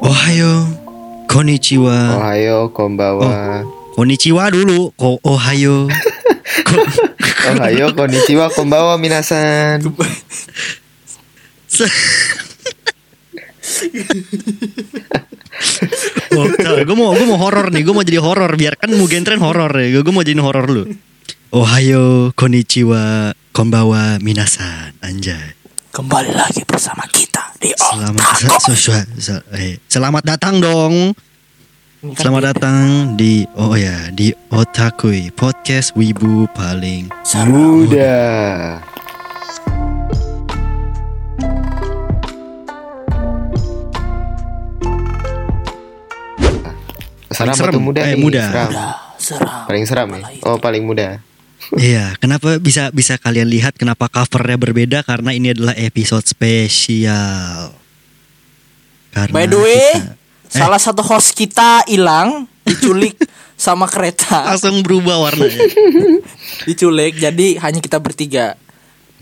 Ohayo, Oh, konnichiwa. Ohayo, konbawa. Konnichiwa dulu. Ko ohayo. Ko- Oh. Ohayo, Oh, konnichiwa, konbawa, minasan. gue Oh, mau gue mau horor nih, gue mau jadi horor. Biarkan Mugen Train horor ya. Gue mau jadiin horor lu. Ohayo, konnichiwa, konbawa, minasan, anjay. Kembali lagi bersama kita di Selamat se- se- se- se- eh, selamat datang dong. Selamat datang di oh ya di Otakui podcast Wibu paling Muda. Seram serem. atau muda Eh, nih? muda. Seram. seram. Paling seram ya? Oh, paling muda. Iya, kenapa bisa bisa kalian lihat kenapa covernya berbeda karena ini adalah episode spesial. Karena By the way, kita- Eh. salah satu host kita hilang, diculik sama kereta, langsung berubah warnanya. diculik. Jadi hanya kita bertiga.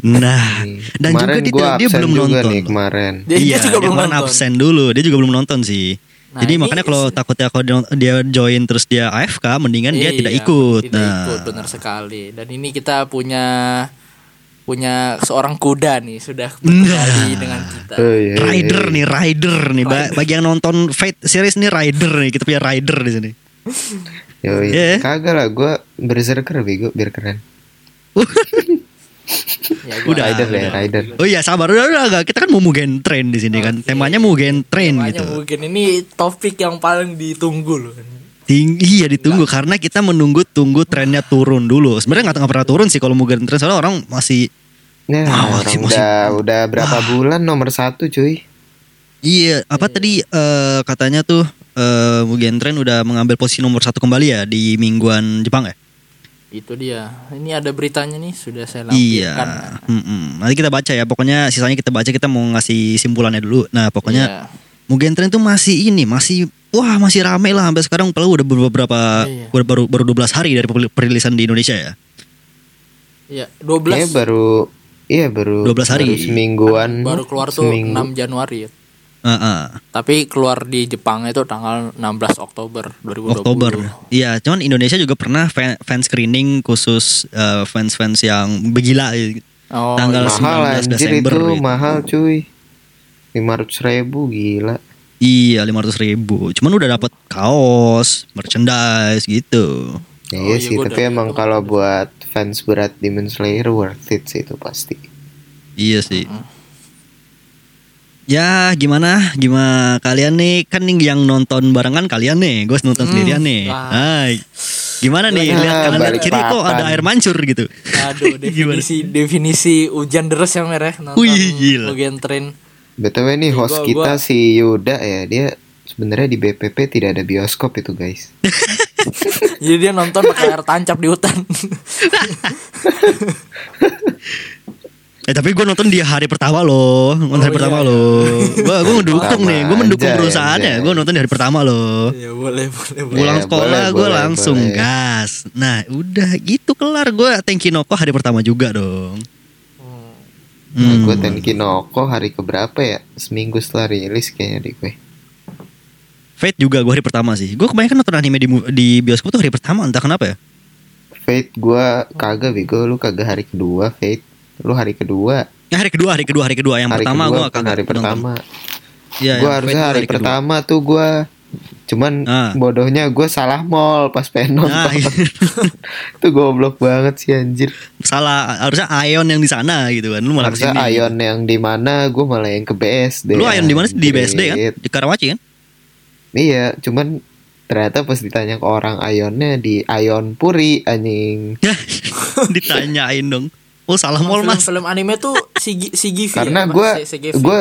Nah, dan juga Hmm, kemarin dia, gua dia absen belum juga nonton. nih kemarin. Dia, iya, dia juga belum kemarin nonton. absen dulu, dia juga belum nonton sih. Nah, Jadi ini- makanya kalau takutnya kalau dia- dia join terus dia AFK, mendingan Kan dia Iya, tidak ikut. Tidak nah, ikut, benar sekali. Dan ini kita punya punya seorang kuda nih sudah berkali Nah. dengan kita. Oh, iya, iya, rider iya. nih, rider nih. Ba- Bagi yang nonton Fate series nih rider nih, kita punya rider di sini. Yoi. Iya. Kagak lah, gue berserker bego biar keren. Ya, gua- Udah, rider udah. ya, rider. Oh iya sabar udah udah enggak kita kan mau Mugen Train di sini kan. Temanya Mugen Train Makanya gitu. mungkin ini topik yang paling ditunggu loh. Tinggi ya ditunggu karena kita menunggu tunggu trennya turun dulu. Sebenarnya nggak nggak pernah turun sih kalau Mugen Train soalnya orang masih Nah, Wah, orang Ah, masih- Ah. udah udah berapa bulan nomor satu cuy. iya apa tadi eh, katanya tuh eh, Mugen Train udah mengambil posisi nomor satu kembali ya di mingguan Jepang ya. Itu dia. Ini ada beritanya nih sudah saya iya. lampirkan. Mm-mm. Nanti kita baca ya. Pokoknya sisanya kita baca kita mau ngasih simpulannya dulu. Nah pokoknya Iya. Mugen Train tuh masih ini masih wah masih rame lah sampai sekarang Padahal udah beberapa Iya. udah baru baru 12 hari dari peril- perilisan di Indonesia ya. Iya, Kayaknya 12 baru iya baru 12 hari. baru semingguan. baru keluar tuh Hmm, seminggu. 6 Januari. ya. Heeh. Tapi keluar di Jepang itu tanggal 16 Oktober 2020. Oktober. Iya, cuman Indonesia juga pernah fan, fan screening khusus eh, fans-fans yang begila eh, Oh, tanggal iya. mahal 19 anjir Desember itu gitu. mahal cuy. 500 ribu gila. Iya, 500 ribu. Cuman udah dapat kaos, merchandise gitu. Ya, Oh, iya iya, sih, gua tapi udah- emang kalau buat fans berat Demon Slayer worth it sih itu pasti. Iya sih. Ya gimana, gimana kalian nih kan nih yang nonton barengan kalian nih, gue Mm, nonton sendirian nih. wah. Hai. Gimana nih Gimana? lihat kanan lihat Balik kiri kok papan. ada air mancur gitu. Aduh, Gimana? definisi definisi hujan deres ya merah nonton Wih, gila. bagian tren. BTW nih host Iya, gua- kita gua- si Yuda ya, dia sebenarnya di BPP tidak ada bioskop itu guys. Jadi dia nonton pakai air tancap di hutan. Eh tapi gue nonton di hari pertama loh, nonton hari Oh, pertama iya. loh. Gue gue mendukung Pertama nih, gue mendukung aja, iya. perusahaannya. anjay. Gue nonton di hari pertama loh. ya boleh, boleh, boleh. Pulang sekolah Iya, boleh, gue boleh, langsung boleh. gas. Nah udah gitu kelar gue Tenkinoko hari pertama juga dong. Nah, Hmm. gue Tenkinoko hari keberapa ya? Seminggu setelah rilis kayaknya di gue. Fate juga gue hari pertama sih. Gue kebanyakan nonton anime di, mu- di bioskop tuh hari pertama entah kenapa ya. Fate gue kagak bego, lu kagak hari kedua Fate. Lu hari kedua, Ya, hari kedua, hari kedua, hari kedua. Yang hari pertama kedua gue bukan hari pertama. Iya, gue yang harusnya Fate hari, kedua. pertama tuh gue cuman Ah. bodohnya gue salah mall pas pengen Nah, nonton itu goblok banget sih anjir salah harusnya Ion yang di sana gitu kan. Lu malah harusnya kesini. Ion yang di mana gue malah yang ke BSD Lu Ion di mana sih? Di anjir. BSD kan? Di Karawaci kan? iya cuman ternyata pas ditanya ke orang Ionnya di Ion Puri anjing Ya, ditanyain dong. Oh salah mall Film, mas. film anime tuh Sigi Sigivi. karena ya, Pak? gue Si- Sigivi. gue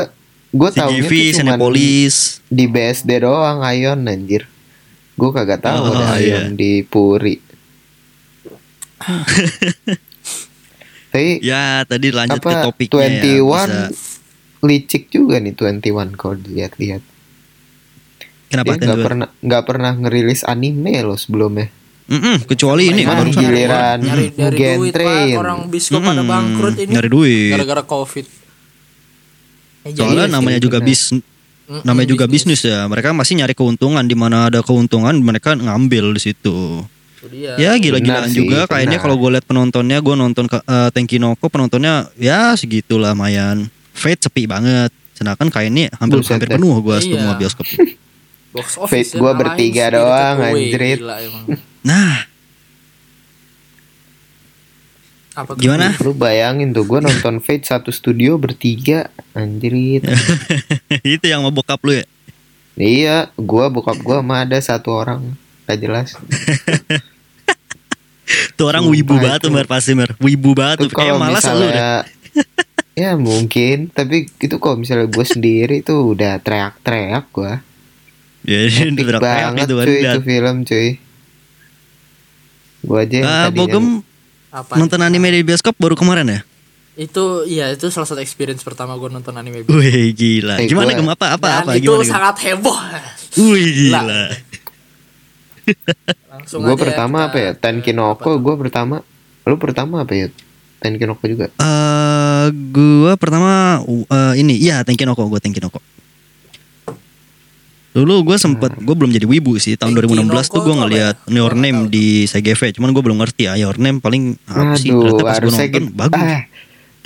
gue tahu CGV, Senepolis. di BSD doang Ion anjir gue kagak tahu Oh, ada iya. Ion di Puri tapi Ya tadi lanjut ke apa topiknya ya, 21 bisa. licik juga nih 21 kalau dilihat-lihat Kenapa dia nggak tuh? pernah nggak pernah ngerilis anime loh sebelumnya Mm-mm, kecuali ini Emang baru Nyari- giliran nyari dari Mugen duit Train. Pak. orang biskop pada Mm-mm, bangkrut ini nyari Hmm, duit. gara-gara covid Eh, jadi Soalnya namanya juga bis Mm-mm, namanya juga bisnis ya mereka masih nyari keuntungan di mana ada keuntungan mereka ngambil di situ Itu dia. ya gila-gilaan Benar sih, juga kayaknya benar. kalau gue liat penontonnya gue nonton ke eh, Tenkinoko penontonnya ya segitulah lumayan Fate sepi banget sedangkan kayak ini hampir Buset hampir deh. penuh gue semua Iya. bioskop Box Fate ya, gua ngalahin bertiga Spirited doang, Away. anjrit. Gila emang. nah Apa tuh? Gimana? Lu bayangin tuh gue nonton Fate satu studio bertiga anjrit. Ya. itu yang mau bokap lu ya iya, gua bokap gua mah ada satu orang. Gak jelas. tuh orang Sumpah wibu banget tuh itu. mer pasti mer wibu banget tuh Itu kayak kalau malas lu deh misalnya Ya mungkin, tapi itu kalau misalnya gue sendiri tuh udah teriak-teriak gua. ya ini Epic berapa banget itu kan cuy Dan- itu film cuy. Gua aja yang Ah, tadinya- Bogem Apa? nonton anime di bioskop baru kemarin ya? Itu iya itu salah satu experience pertama gue nonton anime. Wih gila. Eh, Gimana gue- gem apa apa Dan apa itu gimana? Iya. Gem? sangat heboh. Wih gila. Lah. Langsung Gue aja pertama kita apa ya? ke- Tenkinoko gue pertama. Lu pertama apa ya? Tenkinoko juga. Eh, gua pertama eh, ini iya Tenkinoko, gua Tenkinoko. Dulu gua sempet gua belum jadi wibu sih tahun 2016 tuh Tenkinoko gua tuh apa ngeliat ya? Your Gua nggak Name tahu. di CGV, cuman gua belum ngerti ya Your Name paling apa sih Aduh, ternyata pas gua harusnya nonton gitu. bagus. Ah,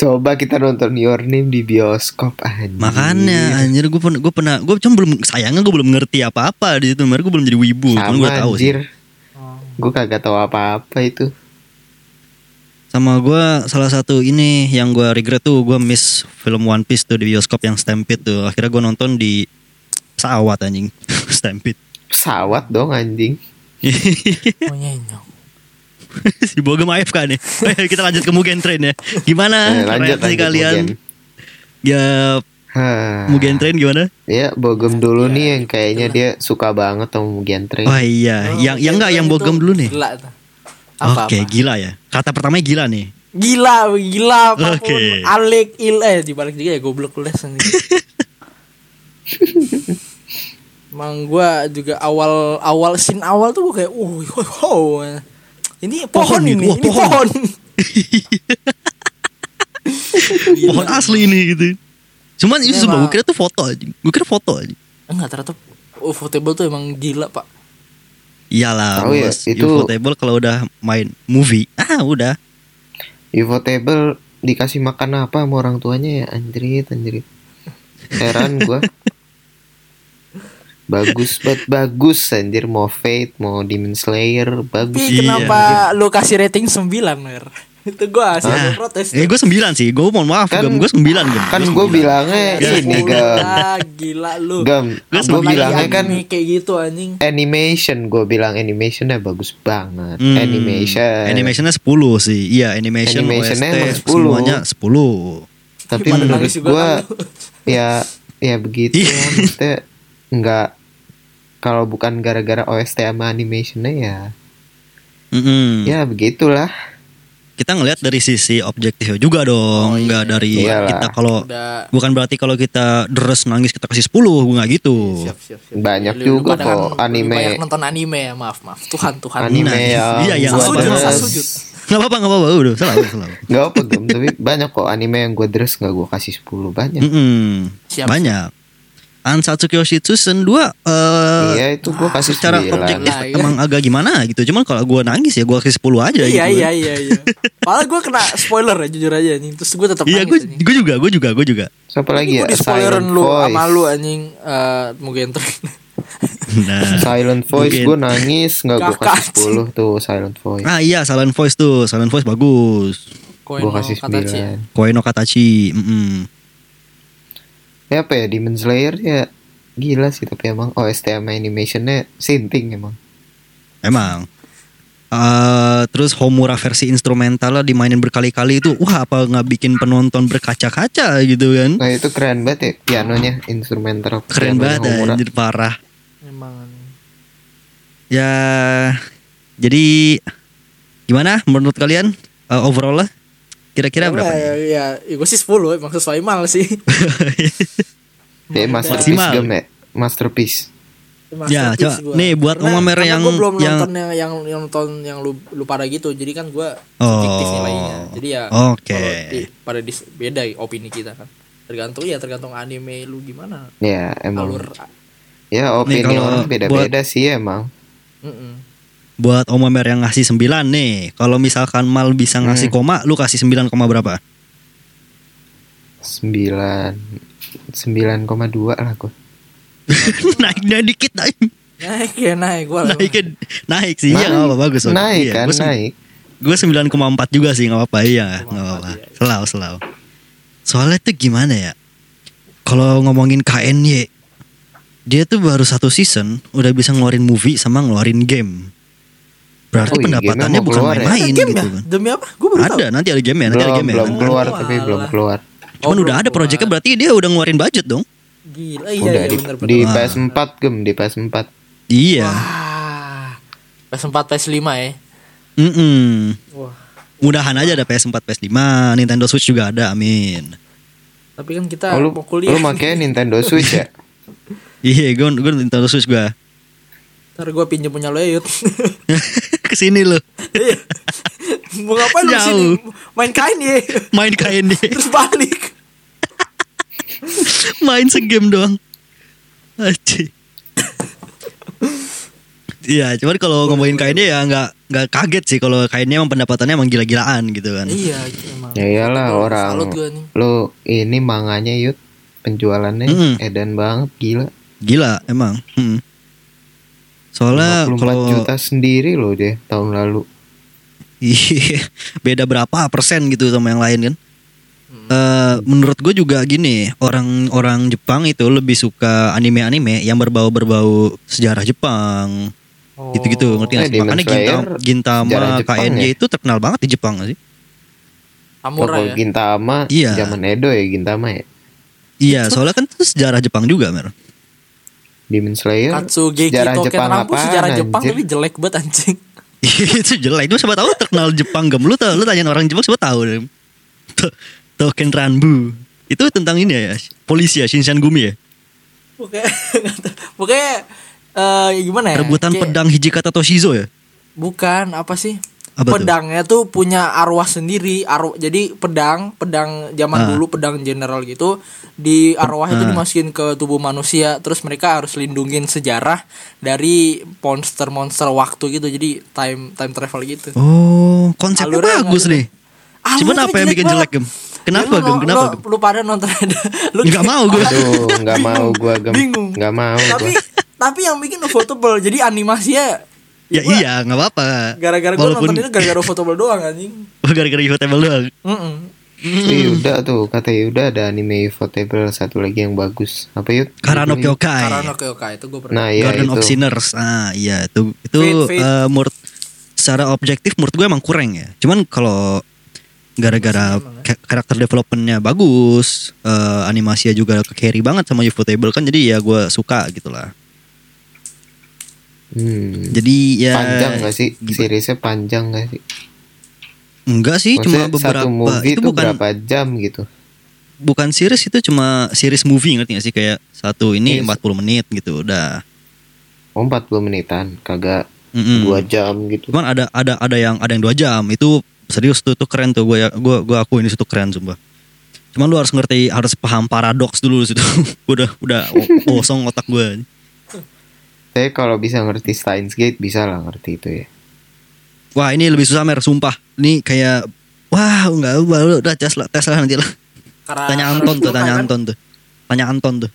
coba kita nonton Your Name di bioskop anjir. Makanya anjir gua pernah gua pernah gua cuma belum sayangnya gua belum ngerti apa-apa di situ, mer gua belum jadi wibu, cuman sama gua tahu sih. anjir. Oh. Gue kagak tahu apa-apa itu. Sama gua salah satu ini yang gua regret tuh gua miss film One Piece tuh di bioskop yang Stampede tuh. Akhirnya gua nonton di pesawat anjing. Stampede. Pesawat dong anjing. Oh, nyenyok. si Bogem AFK nih. Ayo Eh, kita lanjut ke Mugen Train ya. Gimana? Eh, lanjut reaksi lanjut kalian. Mugen. Nah. Ya Hah. Mugen Train gimana? Ya, Bogem dulu Ya, nih yang kayaknya gitu dia suka banget sama Mugen Train. Wah iya, Oh, yang yang enggak yang itu Bogem dulu nih. Gila. tuh. Apa, Oke, apa? gila ya. Kata pertamanya gila nih. Gila, gila apapun. Oke. Alek il eh dibalik juga ya goblok lu les anjing. Emang gua juga awal awal scene awal tuh gua kayak uh wow. Ini pohon, Pohon nih, ini, wah, ini pohon. pohon. Pohon asli ini gitu. Cuman itu Iya, sumpah gue Pak. kira tuh foto aja. Gue kira foto aja. Enggak ternyata ufotable tuh emang gila, Pak. Iyalah, Tahu ya, bos. itu- Ufotable kalau udah main movie. Ah, udah. Evo Table dikasih makan apa sama orang tuanya ya anjrit anjrit heran gua bagus banget bagus anjir mau Fate mau Demon Slayer Tapi bagus Iya. kenapa lu kasih rating 9, Mer? Itu gua hasil Nah, protes. Eh gue 9 sih Gue mohon maaf Kan- Gem Gue 9 Gem kan gue bilangnya Iya, ini sepuluh gam Ah, gila lu. gam Gua gue sembilan. bilangnya Apalagi kan anime kayak gitu anjing. animation gue bilang animationnya bagus banget Hmm, animation Animationnya 10 sih Iya animation Animationnya emang OST 10. Semuanya 10 tapi Pada menurut nangis juga gue kan lu. ya ya begitu Iya. ya, maksudnya nggak kalau bukan gara-gara OST sama animationnya ya Hmm. Mm-mm. ya begitulah Kita ngelihat dari sisi objektifnya juga dong Oh, Nggak iya. dari Iyalah. Kita kalau Udah Bukan berarti kalau kita deres nangis kita kasih 10 Gue nggak gitu Iya, siap, siap, siap. Banyak Lu- lu Iya. juga pada kan kok lebih anime. Banyak nonton anime ya, maaf, maaf. Tuhan, Tuhan. anime Nah, yang iya, iya, gua Sasujud, deres. sasujud. Nggak apa-apa nggak apa-apa Udah salah udah salah nggak apa Gem, tapi banyak kok anime yang gue dress nggak gue kasih 10 banyak Mm-mm. Siap. Banyak Ansatsu Kyoshitsu Sen 2 Hmm. eh, iya itu gue Ah, kasih secara 9 objektif Lah, iya. emang agak gimana gitu. Cuman kalau gua nangis ya gua kasih 10 aja gitu. Iya, iya, iya, iya. Padahal gue kena spoiler ya jujur aja anjing. Terus gue tetap Iya, nangis gue anjing. gue juga, gue juga, gue juga. siapa lagi Ini ya gue di spoileran Silent lu sama lu Voice anjing eh Mugen Train. Nah. Silent Voice Mungkin. gue nangis nggak gue Kakak, Nah, kasih 10 tuh Silent Voice Ah iya, Silent Voice tuh. Silent Voice bagus. Koen gue no kasih Katachi ya. 9 Koe no Katachi. Mm ya apa ya Demon Slayer ya gila sih tapi emang Oh, OST sama animationnya sinting emang Emang. Eh, terus Homura versi instrumentalnya dimainin berkali-kali itu wah apa nggak bikin penonton berkaca-kaca gitu kan Nah itu keren banget ya pianonya instrumental keren pianonya banget Homura. anjir parah Emang anjing. ya jadi gimana menurut kalian eh, overall lah kira-kira berapa nih? Ya, ya, ya gue sih 10 emang sesuai mal sih. Ya, masterpiece Maksimal. game ya Masterpiece Ya, coba. Masterpiece gua. Nih, buat Karena- Oma Mer karena yang- gua belum yang- nonton yang yang yang nonton yang lu, lu pada gitu. Jadi kan gua Oh. subjektif nilainya. Jadi ya Oke. kalau di- pada dis, beda opini kita kan. tergantung ya tergantung anime lu gimana ya emang alur ya opini kalau orang beda-beda sih emang Mm-mm. Buat Om Amer yang ngasih 9 nih, kalau misalkan Mal bisa ngasih Hmm. koma, lu kasih 9 koma berapa? sembilan sembilan koma dua lah gue Naiknya dikit naik. naik ya naik gua lah. Naikin naik sih. Iya, Naik. enggak apa bagus. bagus. naik Iya, kan gua sem- naik Gue 9,4 juga sih nggak apa-apa iya 9,4, nggak apa-apa iya. selau selau soalnya tuh gimana ya kalau ngomongin KNY dia tuh baru satu season udah bisa ngeluarin movie sama ngeluarin game berarti Oh, iya, pendapatannya gamenya mau bukan keluar ya? main-main game gitu ya? kan demi apa gua baru tahu ada nanti ada game ya nanti ada belum game ya belum Nanti- keluar Oh, tapi belum alah. keluar cuman Oh, udah belum ada keluar. projectnya berarti dia udah ngeluarin budget dong gila iya udah iya di, bener di Wah. bener PS4 gem di PS4 iya wah PS4 PS5 ya Mm-mm. wah mudahan aja ada PS4 PS5 Nintendo Switch juga ada amin tapi kan kita oh, lu mau kuliah lu makanya Nintendo Switch ya iya gue gue Nintendo Switch gue ntar gua pinjem punya lo ya Yud kesini lo Iya. mau ngapain lu sini Jauh. main kain ya main KNY terus balik main segame doang. Aci. Iya, cuman kalau ngomongin kainnya ya nggak nggak kaget sih kalau kainnya emang pendapatannya emang gila-gilaan gitu kan. iya emang ya iyalah Gua orang salut gua nih lu ini manganya yut penjualannya Mm-mm. Nah, edan banget gila Gila emang. Mm. Soalnya 54 kalau juta sendiri loh deh tahun lalu Iya, beda berapa persen gitu sama yang lain kan. Hmm. Eh, menurut gue juga gini orang-orang Jepang itu lebih suka anime-anime yang berbau-berbau sejarah Jepang Oh. gitu-gitu ngerti nggak Eh, sih? Demon Makanya Slayer, Gintam- Gintama, sejarah Jepang KNJ ya? itu terkenal banget di Jepang nggak sih? Samurai Kalau ya Gintama Iya. zaman Edo ya Gintama ya Iya, soalnya kan itu sejarah Jepang juga, Mer. Demon Slayer Katsugeki sejarah Token Jepang Rambu apaan, sejarah Jepang anjir? tapi jelek banget anjing itu jelek. Itu siapa tahu terkenal Jepang gem. Lu tau, lu tanyain orang Jepang siapa tahu. Dem. To- Token Ranbu. Itu tentang ini ya, polisi ya, Shinshan Gumi ya. Pokoknya Pokoknya eh, gimana ya Rebutan Kayak- pedang Hijikata Toshizo ya. Bukan apa sih Apa tuh? Pedangnya tuh punya arwah sendiri arwah, Jadi pedang Pedang zaman Ah. dulu Pedang general gitu Di arwah itu Ah. dimasukin ke tubuh manusia Terus mereka harus lindungin sejarah Dari monster-monster waktu gitu Jadi time time travel gitu Oh, konsepnya Alurnya bagus nggak nih. Cuman Alurnya apa yang bikin jelek, banget. Gem? Kenapa, Jadi lu- Gem? Kenapa, lu- Gem? Lu pada nonton ada lu Nggak mau gue. Aduh, nggak mau gua gem. Bingung. Nggak mau Tapi gua. tapi yang bikin notable Jadi animasinya Ya gua- iya, nggak apa-apa. Gara-gara gue Walaupun nonton itu Iya, gara-gara notable doang anjing gara-gara Yotable doang. Mm-mm. Eh, Yuda tuh kata Yuda ada anime Ufotable satu lagi yang bagus. Apa yuk? Karano Kyokai. Karena oke oke itu gue Nah, pernah. iya Garden of itu. Sinners. Ah, iya itu itu Fate, Fate. eh, menurut secara objektif menurut gue emang kurang ya. Cuman kalau Iya, gara-gara ka- karakter developmentnya bagus, eh, animasinya juga ke carry banget sama Ufotable kan jadi ya gue suka gitu lah. Iya. Hmm. Jadi ya Panjang gak sih? gimana- Seriesnya panjang gak sih? Enggak sih, cuma Maksudnya beberapa. satu movie itu itu bukan berapa jam gitu? bukan series itu cuma series movie ngerti gak sih kayak satu ini Yes. 40 menit gitu udah. Oh, 40 menitan, kagak Mm-mm. dua jam gitu. Cuman ada ada ada yang ada yang dua jam itu serius tuh, tuh keren tuh gue gua gua akuin itu keren sumpah. Cuman lu harus ngerti harus paham paradoks dulu di situ. udah udah o- kosong otak gue. Saya kalau bisa ngerti Steins Gate bisa lah ngerti itu ya. Wah ini lebih susah mer sumpah. Ini kayak wah nggak baru udah tes lah tes lah nanti lah. Nah, Karena kan? Tanya Anton tuh tanya Anton tuh. Tanya Anton tuh.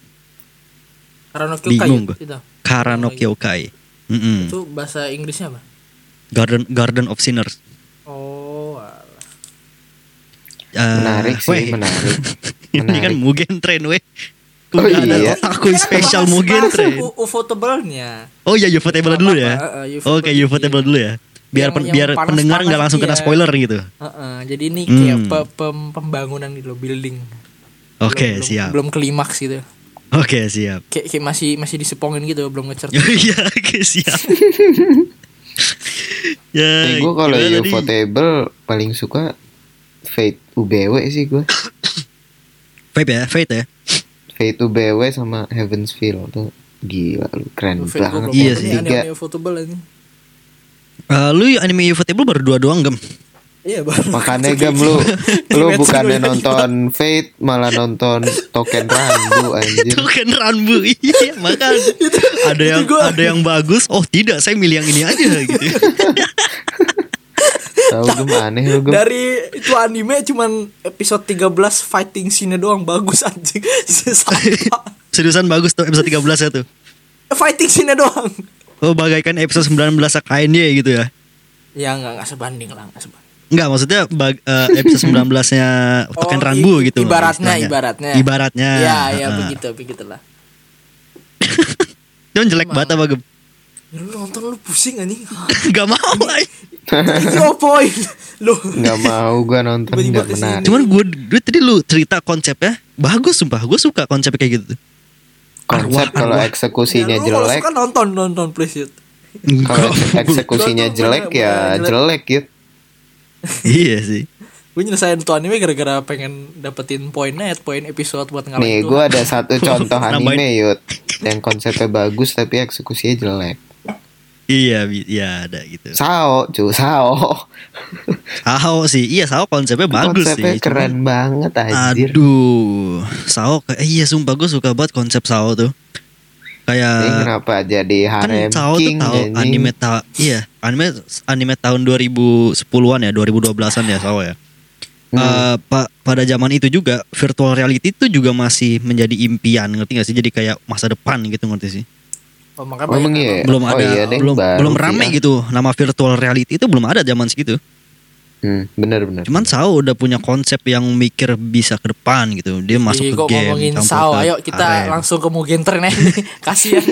Karena oke Bingung gua. Hmm. Itu. Karano Kyokai. Mm-mm. itu bahasa Inggrisnya apa? Garden Garden of Sinners. Oh. alah. Eh, Menarik sih, weh. menarik. ini kan Menarik. Mugen Train weh. Oh, Udah ada Ya, iya. otaku spesial Bahas- Mugen bahas Train. u- Ufotable-nya. Oh iya Ufotable dulu ya. Apa-apa, eh, eh, Ufotable, Oke Ufotable iya. dulu ya. Biar Yang- pen- yang biar panas-panas pendengar nggak langsung kena iya. spoiler gitu. Heeh, jadi ini kayak Hmm. pe- pem- pembangunan gitu loh, building. Oke Belum- belum- siap. Belum klimaks gitu. Oke siap. Kayak, kayak masih masih disepongin gitu, belum ngecer. Iya oke siap. ya, Eh, gue kalau gimana nih? Ufotable paling suka Fate UBW sih gue. Vape ya, Fate ya. Fate UBW sama Heaven's Feel tuh gila lu keren Fate gua banget. belum Iya nonton sih. nih, Tiga anime Ufotable ini. Eh, lu anime Ufotable baru dua doang gem. Iya baru. Makanya gam lu lu bukannya nonton Fate malah nonton Token Randu anjir. Token kan Ranbu iya makan ada yang gua- ada yang bagus oh tidak saya milih yang ini aja gitu Tahu gem aneh lu gem. Dari itu anime cuman episode 13 fighting scene doang bagus anjing. Sampah. seriusan bagus tuh episode 13 ya tuh fighting scene doang. oh bagaikan episode 19 kain ya gitu ya Ya enggak enggak sebanding lah, enggak sebanding. Enggak maksudnya bag, eh, episode 19-nya Token Oh, i- Ranbu gitu loh, Ibaratnya, istilahnya. ibaratnya. Ibaratnya Ya, ya Heeh. begitu, begitulah. Cuman jelek banget apa gue Ya, Lu nonton lu pusing anjing. Gak mau ay. Zero point. Lu Nggak mau gua nonton Tiba-tiba nggak kesini. menarik. Cuman gue gue tadi lu cerita konsepnya Bagus sumpah Gue suka konsepnya kayak gitu Arwah, Konsep kalau arwah. eksekusinya Ya, lu kalau jelek, suka nonton nonton please Yud. kalau Enggak. eksekusinya Nonton jelek bener- ya bener jelek gitu. Iya sih Gue nyelesain tuh anime gara-gara pengen dapetin poin net, poin episode buat ngalahin Nih, Tuhan. gua ada satu contoh Nambahin. anime yut yang konsepnya bagus tapi eksekusinya jelek. Iya bi- Iya ada gitu Sao, cu, sao. Sao sih Iya Sao konsepnya bagus konsepnya sih Cuman, keren banget anjir. Aduh Sao kayak- eh, Iya sumpah gue suka banget konsep Sao tuh Ini Kayak kenapa jadi eh, kan harem Cao tuh king tahu anjing? anime ta iya anime anime tahun 2010-an ya 2012-an ya Sao ya Hmm. Eh, pa- pada zaman itu juga virtual reality itu juga masih menjadi impian ngerti gak sih jadi kayak masa depan gitu ngerti sih Oh, makanya Emang banyak iya. nonton. ya? belum Oh ada iya deh, belum baru belum sih rame ya. gitu nama virtual reality itu belum ada zaman segitu Hmm, bener-bener. cuman Sao udah punya konsep yang mikir bisa ke depan gitu dia masuk Ih, ke kok game ngomongin campur Sao, ke ayo kita harem. langsung ke Mugen Train ya. Kasihan.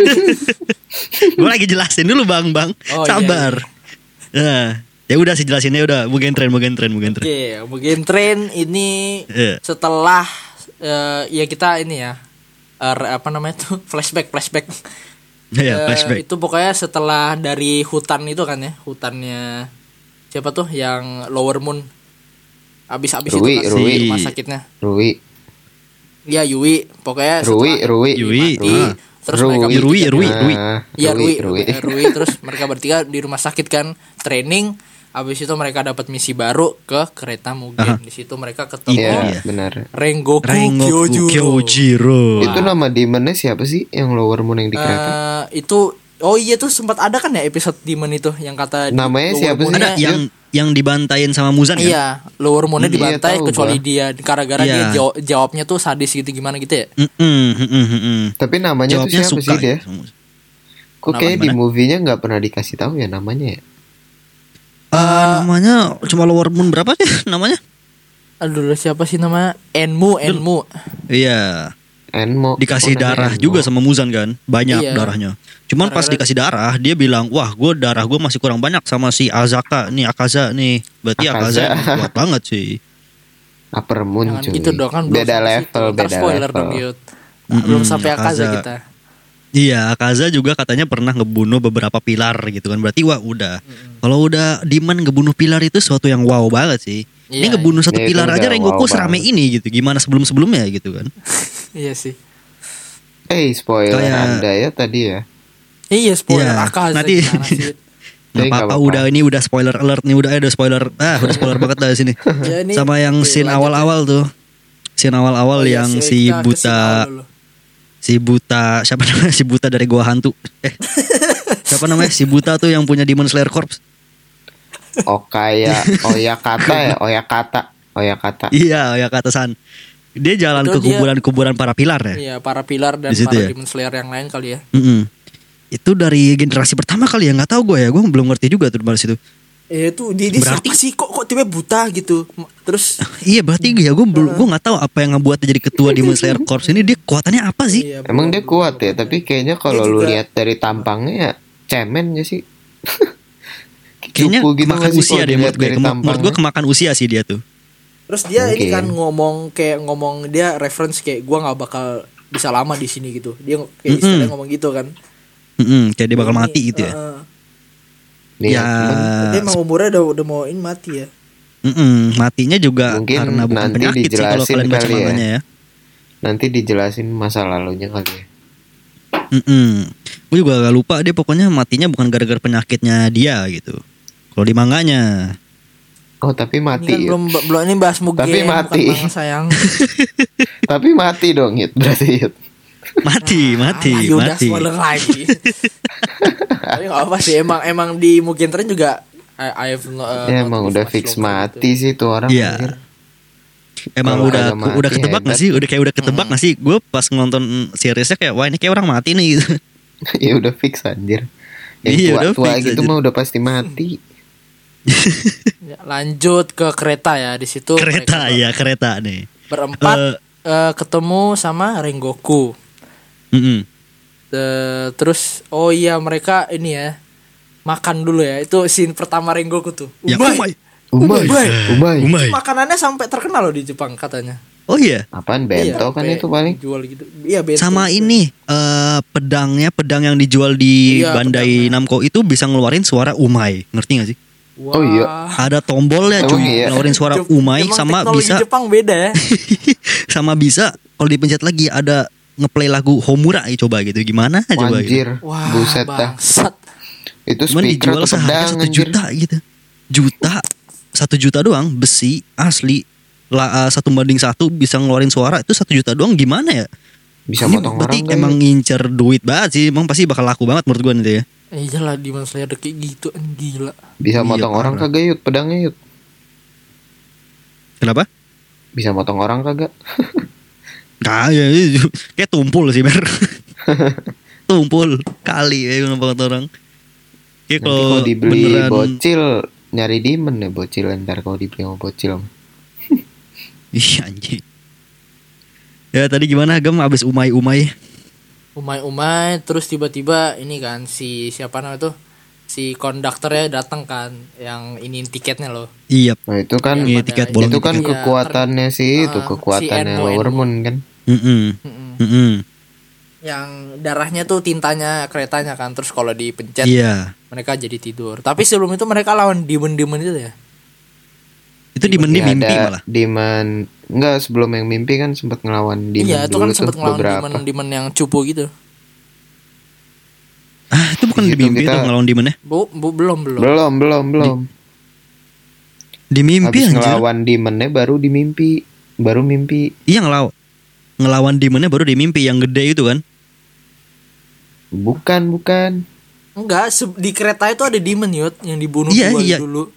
gue lagi jelasin dulu bang bang Oh, iya, sabar Nah, ya udah sih jelasinnya udah mungkin tren mungkin tren mungkin tren Oke, Iya, Mugen Train ini Iya. setelah eh, ya kita ini ya er, apa namanya tuh flashback flashback. ya Eh, flashback itu pokoknya setelah dari hutan itu kan ya, hutannya siapa tuh yang Lower Moon. Abis-abis itu Rui, kan Rui. rumah sakitnya. Rui, Ya Yui, pokoknya Rui, setelah- Rui, Yui. Ah. Terus mereka Rui, Rui, Rui, Rui. Nah, Iya Rui, Rui. Rui, Eh, Rui. terus mereka bertiga di rumah sakit kan training. Habis itu mereka dapat misi baru ke kereta Mugen. Aha. Di situ mereka ketemu Iya, Iya. benar. Rengoku, Rengoku Kyojuro. Kyojiro Itu nama demonnya siapa sih yang lower moon yang di kereta? Eh, itu oh iya tuh sempat ada kan ya episode Demon itu yang kata di- Namanya Lower siapa sih? Moon-nya- ada iya. yang yang dibantain sama Muzan kan? Iya, Lower Moon-nya Hmm, iya, dibantai tahu kecuali gua. dia gara-gara Iya. dia jaw- jawabnya tuh sadis gitu gimana gitu ya. Mm-mm, mm-mm, mm-mm. Tapi namanya tuh Jawabnya siapa suka. sih dia? gitu sama Muzan. Kok Nama kayak di gimana? movie-nya nggak pernah dikasih tahu ya namanya ya? Ah, Eh. namanya cuma Lower Moon berapa sih namanya? Aduh, siapa sih namanya? Enmu, Enmu. Nah, Iya, Enmo. dikasih Oh, namanya darah Enmo. juga sama Muzan kan, banyak Iya. darahnya. Cuman pas Gara-gara- dikasih darah dia bilang, wah gue darah gue masih kurang banyak sama si Azaka nih Akaza nih, berarti Akaza. Akaza, Akaza kuat banget sih. Upper moon Jangan cuy. gitu dong kan belum iya. beda sampai level, situ. Ntar beda spoiler level. dong Yud. Nah, Mm-mm, belum sampai Akaza Akaza. kita. Iya, Akaza juga katanya pernah ngebunuh beberapa pilar gitu kan. Berarti wah udah. Kalau udah Diman ngebunuh pilar itu suatu yang wow banget sih. ini Iya, ngebunuh satu Iya, itu pilar aja udah Rengoku wow serame banget. ini gitu. Gimana sebelum-sebelumnya gitu kan. Iya sih. Eh, spoiler Kayak- Anda ya tadi ya. Iya spoiler Iya, Akaza nanti- gimana sih? Gak Jadi nggak apa-apa apa-apa. udah ini udah spoiler alert nih udah eh, udah spoiler ah udah spoiler banget dari sini Ya, ini- sama yang oke, scene lanjut. awal-awal tuh scene awal-awal Oh iya, yang si sih, kita ke scene awal buta dulu. si buta siapa namanya si buta dari gua hantu eh siapa namanya si buta tuh yang punya Demon Slayer Corps Okaya, Oyakata ya, Oyakata, Oyakata. Iya, ya katasan. Dia jalan ke Itu dia- kuburan-kuburan para pilar ya. Iya para pilar dan Di situ para ya? demon slayer yang lain kali ya. Mm-mm. Itu dari generasi pertama kali ya, nggak tahu gue ya, gue belum ngerti juga tuh dari situ. Eh itu dia, dia Berarti- siapa sih kok kok tiba buta gitu. M- Terus Iya, berarti Hmm. ya gue belum gue nggak tahu apa yang ngebuat dia jadi ketua Demon Slayer Corps ini dia kekuatannya apa sih? iya, Emang dia kuat ya, tapi kayaknya kalau Dia lu juga- lihat dari tampangnya ya cemen gak sih? Kayaknya Cupu gitu kemakan nggak sih usia kalau deh menurut dilihat gue. dari Kema- menurut gue tampangnya? kemakan usia sih dia tuh. terus dia ini Mungkin. kan ngomong kayak ngomong dia reference kayak gua nggak bakal bisa lama di sini gitu. Dia ng- kayak Mm-mm. istilahnya ngomong gitu kan. Mm-mm, kayak dia bakal mati Ini, gitu ya. eh, eh. Iya. Nih, Ya, cuman Dia emang umurnya udah udah mau ini mati ya. mm-mm, matinya juga Mungkin karena bukan nanti penyakit sih kalau dijelasin kalian baca kali ya. manganya ya. nanti dijelasin masa lalunya kali ya. Mm-mm. Gue juga gak lupa dia pokoknya matinya bukan gara-gara penyakitnya dia gitu. Kalau di manganya. Oh tapi Ini kan mati. belum belum ini bahas mugen Tapi mati. bukan bangsa yang tapi mati dong Hit. Berarti Hit. Eh, Mati, mati, Ah, Yuda mati. spoiler lagi. Tapi nggak apa sih emang emang di Mugen Train juga I, I have no, uh, Ya not emang too udah much fix longer mati gitu. sih itu orang. Iya. anjir. Emang Kalau udah agak mati, udah ketebak nggak hebat. sih? Udah kayak udah ketebak nggak sih? Gue pas nonton seriesnya kayak wah ini kayak orang mati nih gitu. ya udah fix anjir. Yang Iya, udah tua-tua fix, gitu anjir. mah udah pasti mati. Ya, lanjut ke kereta ya di situ. kereta mereka ya kereta nih. Berempat Eh. eh, ketemu sama Rengoku. Mm-mm. Eh, terus oh iya mereka ini ya makan dulu ya itu scene pertama Rengoku tuh. Ya, Umai. umai. Umai, Umai. umai. Umai. Makanannya sampai terkenal loh di Jepang katanya. Oh iya. Apaan bento Iya, kan sampai itu paling. Jual gitu. Iya bento. Sama ini eh pedangnya pedang yang dijual di Iya, Bandai Namco itu bisa ngeluarin suara umai. Ngerti gak sih? Wah. Oh iya. Ada tombolnya Emang cuy iya? ngeluarin suara Jep- umai Ah. emang sama teknologi bisa Jepang beda ya. sama bisa kalau dipencet lagi ada ngeplay lagu Homura ya coba gitu. Gimana coba gitu. Anjir. Wah, Buset dah. bangsat. Itu Cuman speaker dijual atau pedang seharga satu anjir. juta gitu. Juta satu juta doang besi asli lah eh, satu banding satu bisa ngeluarin suara itu satu juta doang gimana ya? Bisa Ini potong berarti orang nggak emang ya? ngincer duit banget sih, emang pasti bakal laku banget menurut gue nanti ya. Eh, iyalah Demon Slayer deh kayak gitu kan gila. Bisa Iya, motong orang parah. kagak yut pedangnya yut. Kenapa? Bisa motong orang kagak? Nah, ya, itu kayak tumpul sih mer. tumpul kali ya gue nampak orang. Kayak Nanti kalau kalau dibeli beneran bocil nyari demon ya bocil ntar kalau dibeli sama bocil. Ih anjing. Ya tadi gimana Gem abis umai-umai Umai-umai terus tiba-tiba ini kan si siapa namanya tuh? Si konduktornya datang kan yang ini tiketnya loh. Iya Nah itu kan Iya, pada- tiket bolong itu tiket. kan Iya, kekuatannya sih itu Ah, kekuatannya si Enmo, Lower Enmo. Moon kan. Mm-mm. Mm-mm. Mm-mm. Yang darahnya tuh tintanya keretanya kan terus kalau dipencet Iya mereka jadi tidur. Tapi sebelum itu mereka lawan demon-demon itu ya. Itu di mending Iya, Ya, mimpi ada malah Demon enggak sebelum yang mimpi kan sempat ngelawan demon iya, itu dulu kan tuh sempat ngelawan beberapa. demon-demon yang cupu gitu. Ah itu Iya, bukan di Gitu mimpi kita- tuh ngelawan demonnya Bu, bu belum belum. Belum belum belum. Di mimpi Habis anjir ngelawan demonnya baru di mimpi baru mimpi. Iya ngelawan Ngelawan demonnya baru di mimpi yang gede itu kan Bukan bukan. Enggak, se- di kereta itu ada demon yut yang dibunuh Iya, dua iya. dulu. Ah.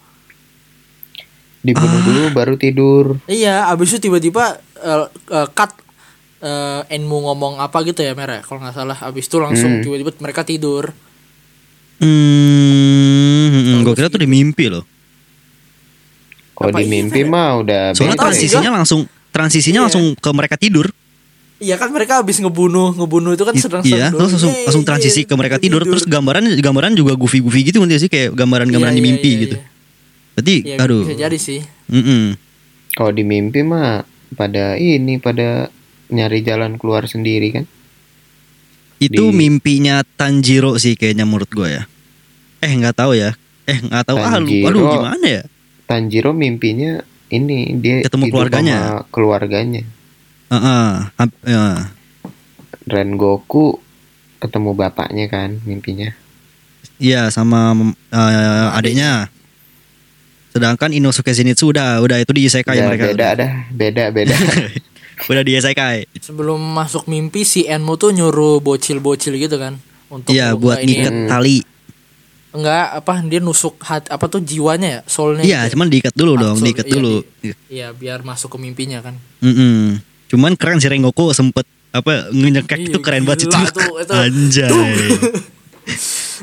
Dibunuh dulu baru tidur. Iya, abis itu tiba-tiba eh, eh, cut eh, Enmu ngomong apa gitu ya Mer ya, kalau nggak salah. Abis itu Hmm. langsung tiba-tiba mereka tidur. Hmm, gue kira tuh di mimpi loh. Kalau Apa di iya, mimpi Fer? mah udah Soalnya Nggak tahu sih, transisinya langsung transisinya Iya. langsung ke mereka tidur. Iya kan mereka abis ngebunuh ngebunuh itu kan I- sedang Iya, terus langsung langsung transisi iya, ke mereka tidur. Terus gambaran gambaran juga goofy-goofy gitu nanti sih kayak gambaran-gambaran di mimpi gitu. Berarti Iya, aduh. bisa jadi sih. mm-mm. Kalau di mimpi mah pada ini pada nyari jalan keluar sendiri kan. Itu Di- mimpinya Tanjiro sih kayaknya menurut gue ya. Eh nggak tahu ya. Eh nggak tahu ah lu, aduh Tanjiro. gimana ya? Tanjiro mimpinya ini dia Ketemu hidup keluarganya. sama keluarganya. Heeh. hap- ya. Rengoku ketemu bapaknya kan mimpinya. Iya sama mem- eh, adiknya. Sedangkan Inosuke Zenitsu udah udah itu di isekai Ya, mereka. beda dah, beda beda. udah di isekai. Sebelum masuk mimpi si Enmu tuh nyuruh bocil-bocil gitu kan untuk Iya ngebuka buat ini. ngikat tali. Enggak, apa dia nusuk hat apa tuh jiwanya ya, soulnya. Iya, gitu ya. cuman diikat dulu dong, Absurd, diikat iya, dulu. Iya, biar masuk ke mimpinya kan. Mm-mm. Cuman keren si Rengoku sempet apa ngenyekek Iya, itu keren banget itu. gila tuh, itu. Anjay.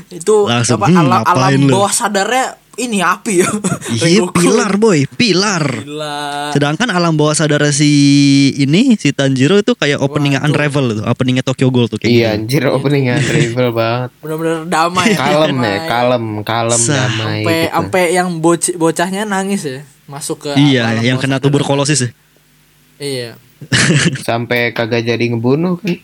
itu Langsung, apa "Hmm, alam, alam ngapain lu?" bawah sadarnya ini api ya Iya, Rengoku. pilar boy, pilar. Gila. Sedangkan alam bawah sadar si ini si Tanjiro itu kayak openingnya Wah, tuh. Unravel tuh, openingnya Tokyo Ghoul tuh kayak iya gitu. anjir openingnya travel banget. bener-bener damai Kalem ya, damai. kalem, kalem Sah. damai. sampai gitu. sampai yang boc- bocahnya nangis ya masuk ke Iya, alam yang bawah kena sadar. tuberkulosis ya. iya Sampai kagak jadi ngebunuh kan.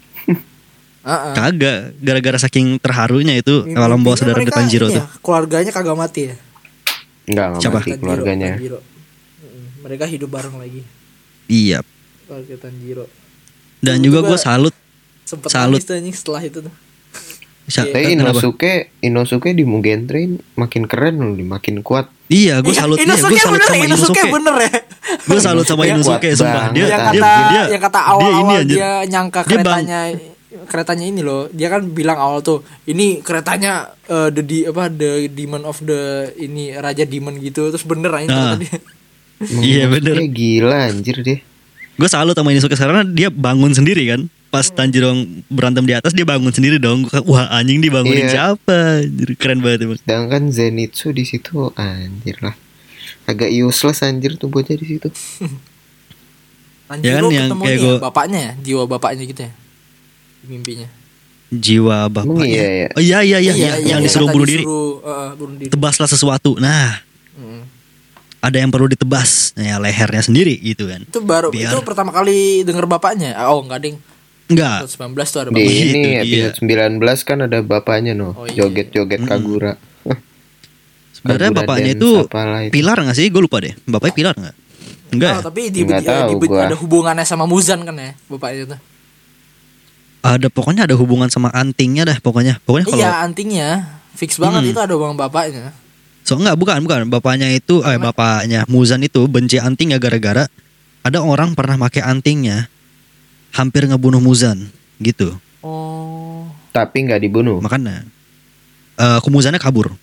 Heeh. Kagak, gara-gara saking terharunya itu alam bawah sadar Mimpinya ke Tanjiro mereka ini tuh. ya, keluarganya kagak mati ya Enggak, enggak Siapa? mati Tanjiro, keluarganya. Tanjiro. Mm, mereka hidup bareng lagi Iya. keluarga Tanjiro Dan Tiba-tiba- juga gue salut sempet Salut. nangis tuh anjing setelah itu tuh Sa- kenapa? Tapi Eh, Inosuke, Inosuke di Mugen Train makin keren loh, makin kuat. Iya, gue salut dia, Inosuke gue salut bener, sama Inosuke Inosuke. bener ya. Gue salut sama Inosuke Inosuke, Iya, kuat sumpah. Dia, yang banget, dia, kata dia, yang kata awal-awal dia, anjir. nyangka Dia bang- keretanya keretanya ini loh. Dia kan bilang awal tuh, ini keretanya eh, the di apa the demon of the ini raja demon gitu. Terus bener aja Nah. tadi. Iya, bener. Dia gila anjir dia. Gue salut sama Inosuke karena dia bangun sendiri kan. Pas Tanjiro berantem di atas dia bangun sendiri dong. Gua- Wah anjing dibangunin Iya. siapa? Anjir, keren banget emang. Sedangkan Zenitsu di situ anjir lah. Agak useless anjir tuh bocah di situ. Ya kan, Tanjiro yang ketemu kayak ini ya, gua- bapaknya, ya, jiwa bapaknya gitu ya. Mimpinya. Jiwa Emang bapaknya. iya ya. Oh iya iya iya, iya, yang iya, disuruh kata bunuh diri. disuruh, eh, bunuh diri. Tebaslah sesuatu. Nah, Mm. ada yang perlu ditebas. Nah, ya lehernya sendiri gitu kan. Itu baru Biar- itu pertama kali denger bapaknya. Ah, Oh, enggak ding. Enggak. 19 tuh ada Di bapaknya. Begitu ini dia. episode 19 kan ada bapaknya no. gitu Oh, iya. Joget-joget Kagura. Sebenarnya Kagura bapaknya dance itu apalah itu. pilar nggak sih? Gue lupa deh. Bapaknya pilar nggak? Enggak. Oh, ya? tapi di, Nggak di- tahu di- gua. ada hubungannya sama Muzan kan ya, bapaknya itu. Ada pokoknya ada hubungan sama antingnya dah pokoknya. Pokoknya kalau Iya, antingnya fix banget itu ada hubungan bapaknya. So enggak bukan bukan bapaknya itu eh bapaknya Muzan itu benci antingnya gara-gara ada orang pernah pakai antingnya hampir ngebunuh Muzan gitu. Oh. Tapi nggak dibunuh. Makanya eh Muzannya kabur.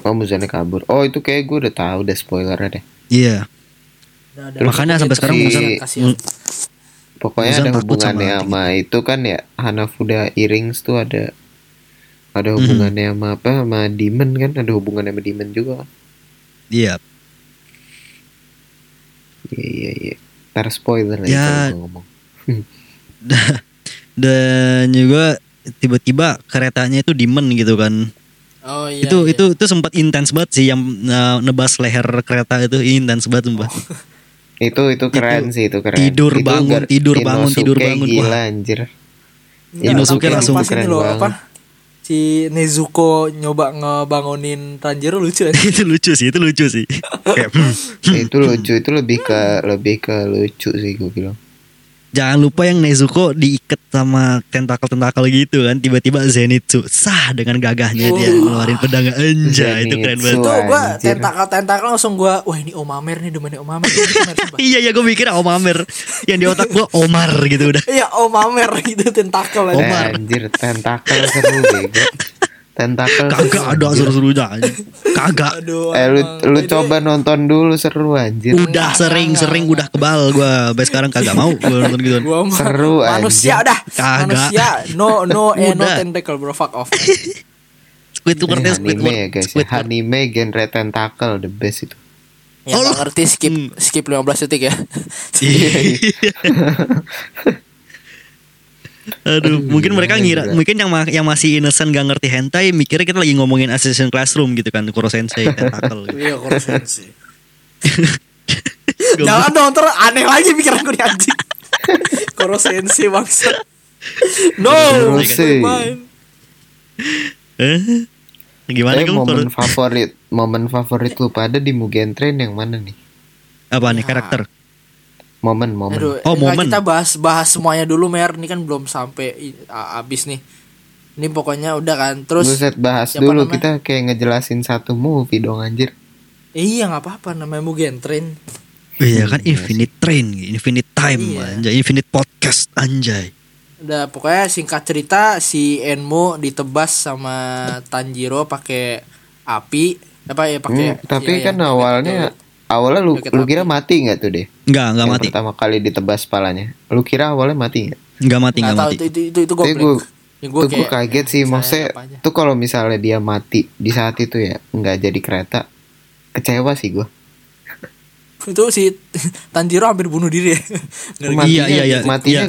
Oh Muzannya kabur. Oh itu kayak gue udah tahu udah spoilernya deh. Iya. Udah ada Makanya sampai sekarang si- Muzan Iya, kasihan. Pokoknya Muzan ada takut sama hubungannya anjing sama, itu kan ya Hanafuda Earrings tuh ada Hmm. ada hubungannya sama apa sama Demon kan ada hubungannya sama Demon juga kan. iya. Iya iya iya. Ntar spoiler nih Ya. kalau gua ngomong. Dan juga tiba-tiba keretanya itu demon gitu kan. Oh iya. itu iya. itu itu sempat intens banget sih yang eh, nebas leher kereta itu intens banget sumpah. Oh. Itu itu keren sih itu keren. tidur, Itu bangun, gar- tidur, bangun, Inosuke tidur, bangun. Gila anjir. Nggak, Inosuke tapi langsung pas ini keren loh, banget. apa? Si Nezuko nyoba ngebangunin Tanjiro lucu ya. itu lucu sih, itu lucu sih. Kayak, hmm. itu lucu itu lebih ke lebih ke lucu sih gue bilang. Jangan lupa yang Nezuko diikat sama tentakel-tentakel gitu kan Tiba-tiba Zenitsu Sah dengan gagahnya dia Wah. ngeluarin pedang Anjay itu keren banget Zenitsu. Itu gua anjir. tentakel-tentakel langsung gua, wah ini Om Amer nih domainnya Om Amer. Gitu, Om Amer, sumpah. Iya iya gue mikir Om Amer Yang di otak gue Omar gitu udah Iya Om Amer gitu tentakel aja. Omar. Eh, anjir tentakel seru bego. Tentakel Kagak ada suruh-suruhnya Kagak Aduh. Eh lu, emang. lu coba nonton dulu seru anjir. Udah sering-sering udah kebal gue Sampai sekarang kagak mau gue nonton gitu. gituan Gua mah Seru, manusia anjing. dah. Kagak. Manusia no no eh no Udah. tentacle bro fuck off. Squidward Ini anime Squidward ya guys. ya. Squidward Anime genre tentakel the best itu. Ya Oh, nggak lu- ngerti skip Hmm. skip 15 detik ya. Iya. Aduh, mungkin mereka ngira, gila. mungkin yang ma- yang masih innocent gak ngerti hentai mikirnya kita lagi ngomongin Assassin Classroom gitu kan, Kuro Sensei tentakel. gitu. Iya korupsi. Jangan dong ntar aneh lagi pikiran gue nih anjing. Koro sensi bangsa. No. Kurosensi. main. Eh? Gimana Eh, kamu momen Kuro- favorit momen favorit lu pada di Mugen Train yang mana nih? apa nih karakter? Momen momen. Aduh, Oh, enggak, momen. kita bahas bahas semuanya dulu Mer, ini kan belum sampai i- a- abis nih. Ini pokoknya udah kan. Terus lu set bahas siapa dulu namanya? kita kayak ngejelasin satu movie dong anjir. Iya nggak apa-apa namanya Mugen Train. Iya kan Infinite Train, Infinite Time, Iya. anjay, Infinite Podcast, anjay. Udah pokoknya singkat cerita si Enmo ditebas sama Tanjiro pakai api apa ya Hmm, pakai tapi iya, kan iya, awalnya awalnya lu Joget lu api. kira mati nggak tuh deh? Enggak, enggak yang mati. pertama kali ditebas palanya. Lu kira awalnya mati nggak? Enggak mati, nggak enggak tahu mati. itu itu itu, itu Tapi gue gue ya gue kaget sih saya maksudnya apa aja. tuh kalau misalnya dia mati di saat itu ya nggak jadi kereta kecewa sih gue. itu si Tanjiro hampir bunuh diri ya. Gara-gara Mati. Iya, iya, iya. Matinya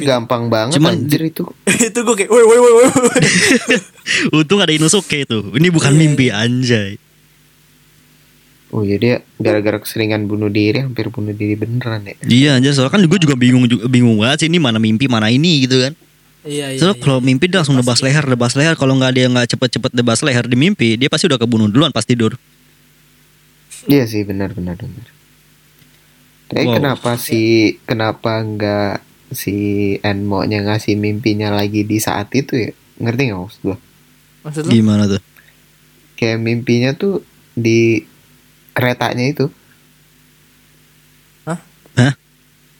Iya. gampang banget Cuman- anjir itu. itu gue kayak woi woi woi woi, woi." Untung ada Inosuke itu. Ini bukan mimpi, anjay. Oh ya dia gara-gara keseringan bunuh diri hampir bunuh diri beneran ya. Iya, anjay. Soalnya kan gue juga bingung juga bingung banget sih ini mana mimpi, mana ini gitu kan. iya iya Soalnya iya. kalau mimpi dia langsung debas leher, debas leher. Kalau nggak dia nggak cepet-cepet debas leher di mimpi, dia pasti udah kebunuh duluan pas tidur. Iya sih benar benar benar. Tapi Wow. kenapa si kenapa nggak si Enmo nya ngasih mimpinya lagi di saat itu ya? Ngerti nggak maksud gue? maksud lu Gimana tuh? Kayak mimpinya tuh di keretanya itu. Hah?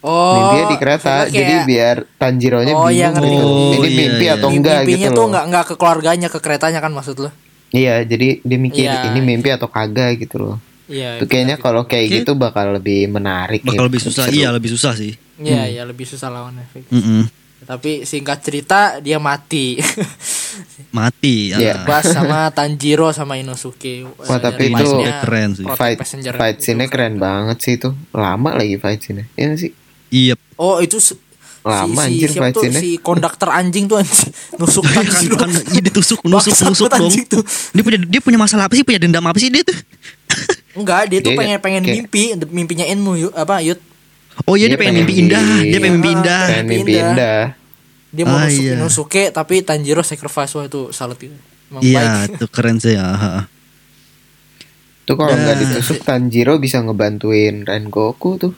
Oh, Mimpi dia di kereta, maksudnya jadi kayak biar Tanjironya Oh, iya, bingung ngerti, gitu. ngerti. Ini Oh, mimpi iya, atau iya. enggak mimpinya gitu tuh loh. nggak nggak ke keluarganya ke keretanya kan maksud lo? Iya, jadi dia mikir Iya. ini mimpi atau kagak gitu loh. Iya. Itu kayaknya kalau kayak Kayak- gitu bakal lebih menarik. bakal gitu. lebih susah Seru. iya lebih susah sih Iya, iya lebih susah lawannya. Fik. Mm-mm. Tapi singkat cerita dia mati. mati ah. Iya. Bas sama Tanjiro sama Inosuke. Wah, tapi itu Maksudnya keren sih. protect Fight, passenger fight gitu. scene keren banget sih itu. Lama lagi fight scene. Iya nggak sih? iya Oh, itu se- Lama, si, anjir, si, siapa fight tuh, scene-nya. si konduktor anjing tuh anjing nusuk kan Tanjiro. kan iya ditusuk nusuk Bangsat nusuk dong anjing tuh. dia punya dia punya masalah apa sih punya dendam apa sih dia tuh Enggak, dia Dia tuh pengen pengen Iya, kayak- mimpi, mimpinya Enmu yuk apa yut. oh iya Dia dia, pengen pengen mimpi di- indah dia pengen mimpi Ah, indah Pengen mimpi Pindah. indah. Dia mau Ah, nusuk iya. Inosuke tapi Tanjiro sacrifice wah itu salut gitu. Emang iya baik. itu keren sih ya ha, ha. Tuh kalau nggak Nah. ditusuk Tanjiro bisa ngebantuin Rengoku tuh.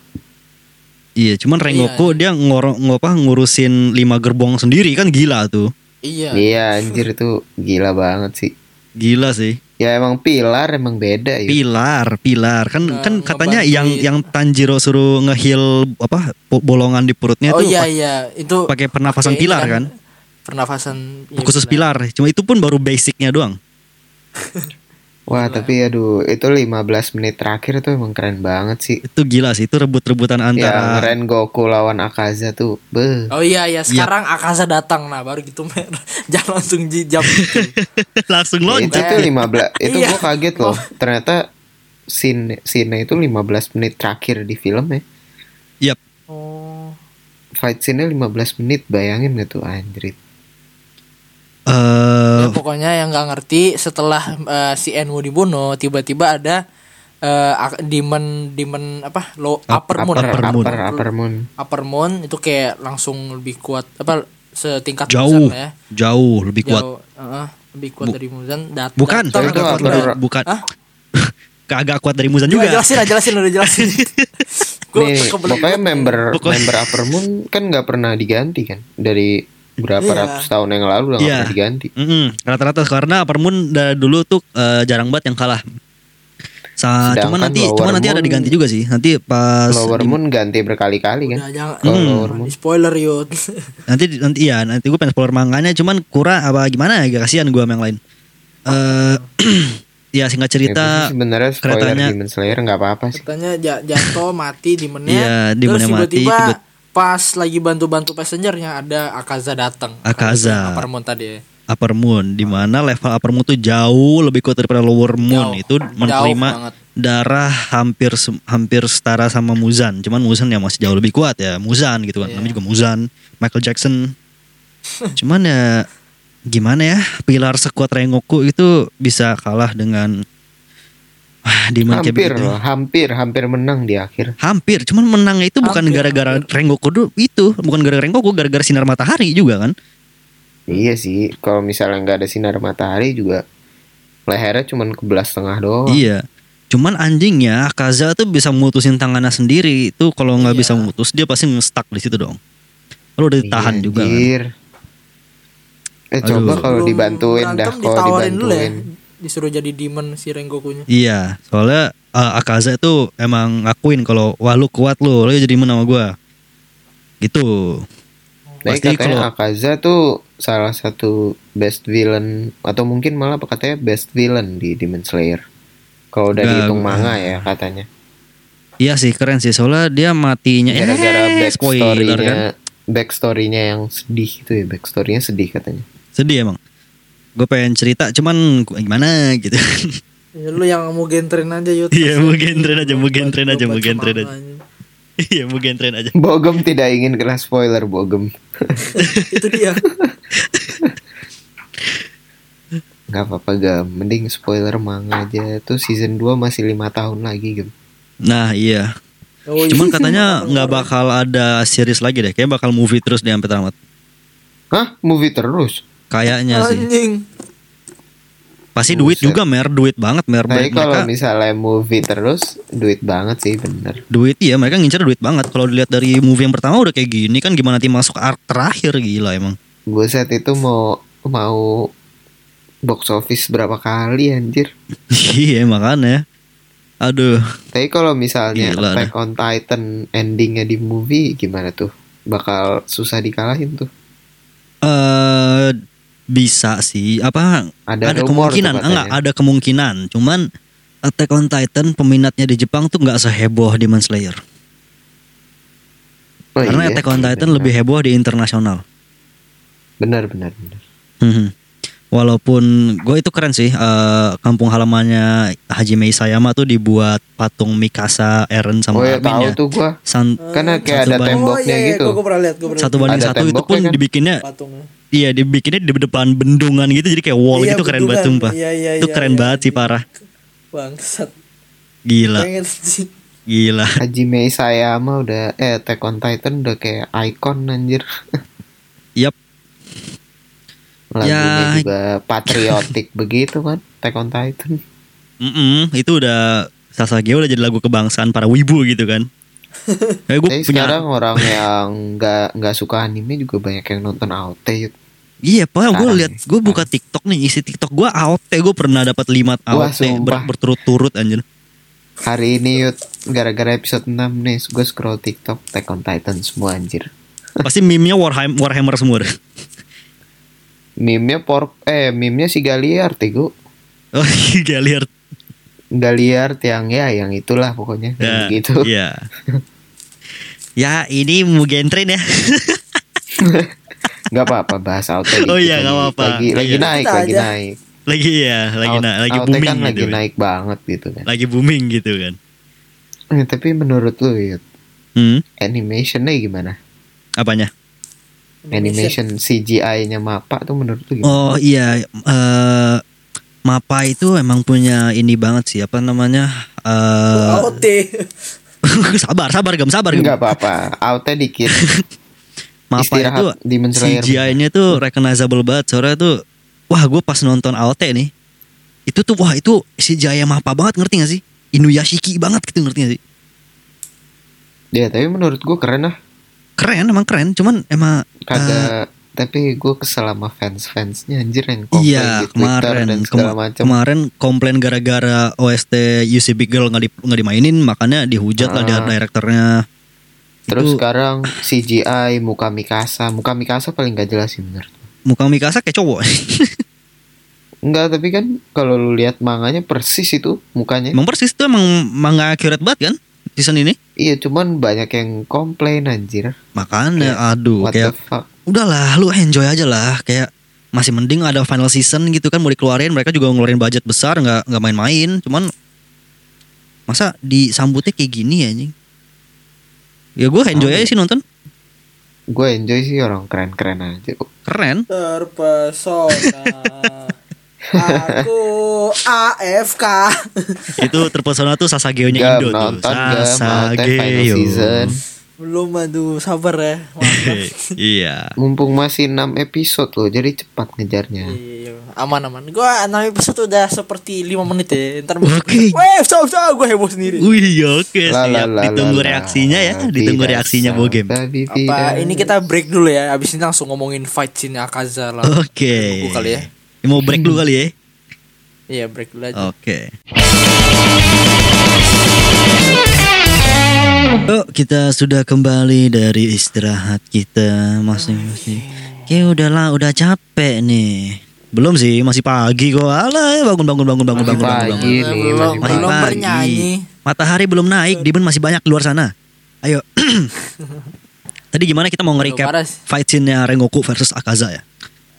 iya cuman Rengoku dia ngorong ngapa ngurusin lima gerbong sendiri kan gila tuh Iya. Iya anjir itu gila banget sih. gila sih Ya emang pilar emang beda ya. pilar pilar kan Nah, kan katanya ngebantuin. yang yang Tanjiro suruh ngehil apa bo- bolongan di perutnya Oh tuh iya pak- iya, itu pakai pernafasan pakai ini pilar kan, Oh, Pernafasan iya, khusus pilar cuma itu pun baru basicnya doang Wah tapi aduh itu 15 menit terakhir tuh emang keren banget sih. itu gila sih itu rebut-rebutan Ya antara Rengoku lawan Akaza tuh. Beuh. Oh iya iya, sekarang Akaza datang nah baru gitu mer. Jangan langsung jam langsung itu loncat tuh 15 itu Iya. gua kaget loh. Ternyata scene scene itu 15 menit terakhir di film ya. Yap. Oh. Fight scene-nya 15 menit bayangin gak tuh anjrit. Eh, Ya, pokoknya yang nggak ngerti setelah eh, si Enwu dibunuh tiba-tiba ada eh, ak- demon demon apa low upper, moon upper upper, moon. upper, upper moon. Upper moon itu kayak langsung lebih kuat apa setingkat Jauh. Muzan lah ya jauh lebih kuat jauh eh, lebih kuat Bu- dari Muzan dat- bukan datang itu kagak kuat upper- dari, bukan Hah? kagak kuat dari Muzan juga juga Ya, jelasin lah jelasin udah jelasin Gua Nih, kebelet- pokoknya member Pokoknya- member Upper Moon kan nggak pernah diganti kan dari berapa Iya. ratus tahun yang lalu udah nggak Iya. pernah diganti. Mm-mm, rata-rata karena upper moon dari dulu tuh eh, jarang banget yang kalah Sa, Sedangkan cuman nanti lower cuman nanti ada moon- diganti juga sih nanti pas Lower di- Moon ganti berkali-kali kan. Udah, Ya, jangan Kalau Hmm. Lower Moon Di spoiler yud nanti nanti ya nanti gue pengen spoiler manganya cuman kurang apa gimana ya kasihan gue sama yang lain eh ya singkat Ya, tapi cerita sebenarnya spoiler keretanya- Demon Slayer nggak apa-apa sih. katanya ja- jatuh mati di Iya, menit terus demonnya mati, tiba-tiba tiba- pas lagi bantu-bantu passengernya ada Akaza datang Akaza. Akaza Aparmon tadi ya. upper moon di mana level upper moon tuh jauh lebih kuat daripada lower moon Jauh. itu menerima banget. darah hampir sem- hampir setara sama Muzan cuman Muzan yang masih jauh lebih kuat ya Muzan gitu kan Iya. namanya juga Muzan Michael Jackson cuman ya gimana ya pilar sekuat Rengoku itu bisa kalah dengan wah, Demon gitu. kayak Hampir begitu. loh, hampir hampir menang di akhir. Hampir, cuman menangnya itu bukan Hampir, gara-gara Rengoku dulu itu, bukan gara-gara Rengoku, gara-gara sinar matahari juga kan. Iya sih, kalau misalnya nggak ada sinar matahari juga lehernya cuman kebelas setengah doang. Iya. Cuman anjingnya Akaza tuh bisa mutusin tangannya sendiri. Itu kalau nggak Iya. bisa mutus, dia pasti nge-stuck di situ dong. Kalau udah Iya, ditahan juga kan. anjir. Eh Aduh. coba kalau Sebelum dibantuin berantem, dah kalau ditawarin dulu ya, dibantuin. disuruh jadi demon si Rengokunya. Iya, soalnya uh, Akaza itu emang ngakuin kalau wah lu kuat lu, lu jadi menang sama gua. Gitu. Nah, Pasti ya. katanya kalau Akaza tuh salah satu best villain atau mungkin malah katanya best villain di Demon Slayer. Kalau udah Nggak, dihitung gua- manga ya katanya. iya sih keren sih soalnya dia matinya Gara-gara eh, spoiler backstory-nya kan. backstory-nya yang sedih gitu ya, backstory-nya sedih katanya. Sedih emang. Gue pengen cerita cuman gua gimana gitu. Ya, lu yang mau gentren aja yuk. Iya, mau gentren aja, mau gentren aja, mau Buat- buat gentren semangat. Iya, mungkin tren aja. Bogem tidak ingin kena spoiler Bogem. Itu dia. Gak apa-apa Gam, mending spoiler manga aja. Tuh season 2 masih lima tahun lagi Gam. Nah, iya. Oh, iya. Cuman katanya nggak bakal ada series lagi deh. Kayaknya bakal movie terus deh sampai tamat. Hah? Movie terus? Kayaknya sih. Anjing. Pasti duit Buset. juga mer, duit banget mer. Tapi Mereka- kalau misalnya movie terus, duit banget sih bener. duit iya mereka ngincer duit banget. Kalau dilihat dari movie yang pertama udah kayak gini kan gimana nanti masuk arc terakhir gila emang. Gue saat itu mau mau box office berapa kali anjir. Iya makanya. Aduh, Tapi kalau misalnya Gila Attack on Titan endingnya di movie gimana tuh? Bakal susah dikalahin tuh. eh bisa sih apa ada Ada rumor ya. tuh kemungkinan katanya. enggak ada kemungkinan cuman Attack on Titan peminatnya di Jepang tuh nggak seheboh Demon Slayer Oh, karena iya, Attack on iya, Titan benar. lebih heboh di internasional benar benar benar. Mhm. walaupun gue itu keren sih eh, kampung halamannya Hajime Isayama tuh dibuat patung Mikasa Eren sama oh ya Armin tahu ya tuh gua. San- Karena kayak Satu ada ban- Oh, temboknya gitu. Gue iya, pernah lihat, gue pernah satu banding Ada satu itu temboknya pun kan? dibikinnya lihat patungnya. iya dibikinnya di depan bendungan gitu jadi kayak wall Iya, gitu keren banget bendungan. sumpah Iya, iya, itu iya, keren iya. banget sih parah Bangsat. gila Pengen sih. gila Hajime Isayama udah eh Attack on Titan udah kayak ikon anjir. Yap. Lagunya Ya. juga patriotik begitu kan Attack on Titan. Mm-mm, itu udah Sasageo udah jadi lagu kebangsaan para wibu gitu kan. Eh, gue Tapi punya sekarang orang yang nggak nggak suka anime juga banyak yang nonton AOT. Yud. iya, pokoknya gue Sekarang lihat nih, gue buka TikTok nih isi TikTok gue AOT gue pernah dapat 5 Wah, AOT ber- sumpah. berturut-turut anjir. Hari ini Yud, gara-gara episode 6 nih, gue scroll TikTok Attack on Titan semua anjir. Pasti meme-nya Warhammer, Warhammer semua. deh. Meme-nya por eh meme-nya si Galiard Tego. Oh, gak lihat. Galiard yang ya yang itulah pokoknya Ya, yang gitu. Iya. ya, ini Mugen Train ya. Nggak apa-apa bahas AOT. Oh dikit iya, lagi. nggak apa-apa. Lagi lagi Iya. naik, Kita lagi aja. naik. lagi ya, lagi AOT na- lagi AOT booming kan gitu. lagi kan. naik banget gitu kan. Lagi booming gitu kan. Eh, tapi menurut lu Yud, Hmm, animationnya gimana? apanya? Animation CGI-nya mapa tuh menurut lu gimana? Oh iya, eh Mapa itu emang punya ini banget sih, apa namanya? eh AOT. sabar, sabar gam, sabar gam. Enggak apa-apa, outnya dikit. Mapa itu Istirahat Demon Slayer. CGI-nya Hmm. tuh recognizable banget. Soalnya tuh, wah gue pas nonton AOT nih, itu tuh wah itu CGI yang Mapa banget ngerti gak sih? Inuyashiki banget gitu ngerti gak sih? Ya, tapi menurut gue keren lah. Keren, emang keren. Cuman emang eh, Ah. Kagak tapi gue kesel sama fans-fansnya anjir yang iya di Twitter kemarin dan kema- segala macam. kemarin komplain gara-gara OST UC Big Girl nggak di, nggak dimainin, makanya dihujat lah dia Ah. direkturnya. Terus itu- sekarang CGI muka Mikasa, muka Mikasa paling gak jelas sih menurut. gua. Muka Mikasa kayak cowok. Enggak, tapi kan kalau lu lihat manganya persis itu mukanya. Emang persis itu emang emang nggak accurate banget kan season ini? Iya, cuman banyak yang komplain anjir. Makanya aduh Iya. What kayak the fuck? udahlah lu enjoy aja lah kayak masih mending ada final season gitu kan mau dikeluarin mereka juga ngeluarin budget besar nggak nggak main-main cuman masa disambutnya kayak gini ya anjing ya gue enjoy Amin. aja sih nonton Gue enjoy sih orang keren-keren aja. keren Terpesona. Aku AFK. itu terpesona tuh Sasageo nya Gak Indo tuh nonton gak mau teh final Sasageo season. Belum aduh sabar ya. Mantap. iya Mumpung masih 6 episode loh, jadi cepat ngejarnya. Iya, aman aman. Gua 6 episode udah seperti 5 menit ya. Ntar Oke. Weh, stop stop gua heboh sendiri. Wih oke La, la, siap la, Iya ditunggu la, la. reaksinya ya ditunggu Tidak reaksinya Bogem sabi Apa tidak. ini kita break dulu ya. Abis ini langsung ngomongin fight scene Akaza lah. Oke. Buku kali ya. Mau break dulu kali ya. Iya, break dulu aja. Oke. Oh, kita sudah kembali dari istirahat kita masing-masing. Oke, udahlah, udah capek nih. Belum sih, masih pagi kok. Alah, bangun bangun bangun bangun Masih bangun bangun, pagi bangun. nih, belum masih Masih belum pagi. bernyanyi. Matahari belum naik, Demon masih banyak di luar sana. Ayo. Tadi gimana kita mau Aduh, nge-recap parah sih. fight scene-nya Rengoku versus Akaza ya?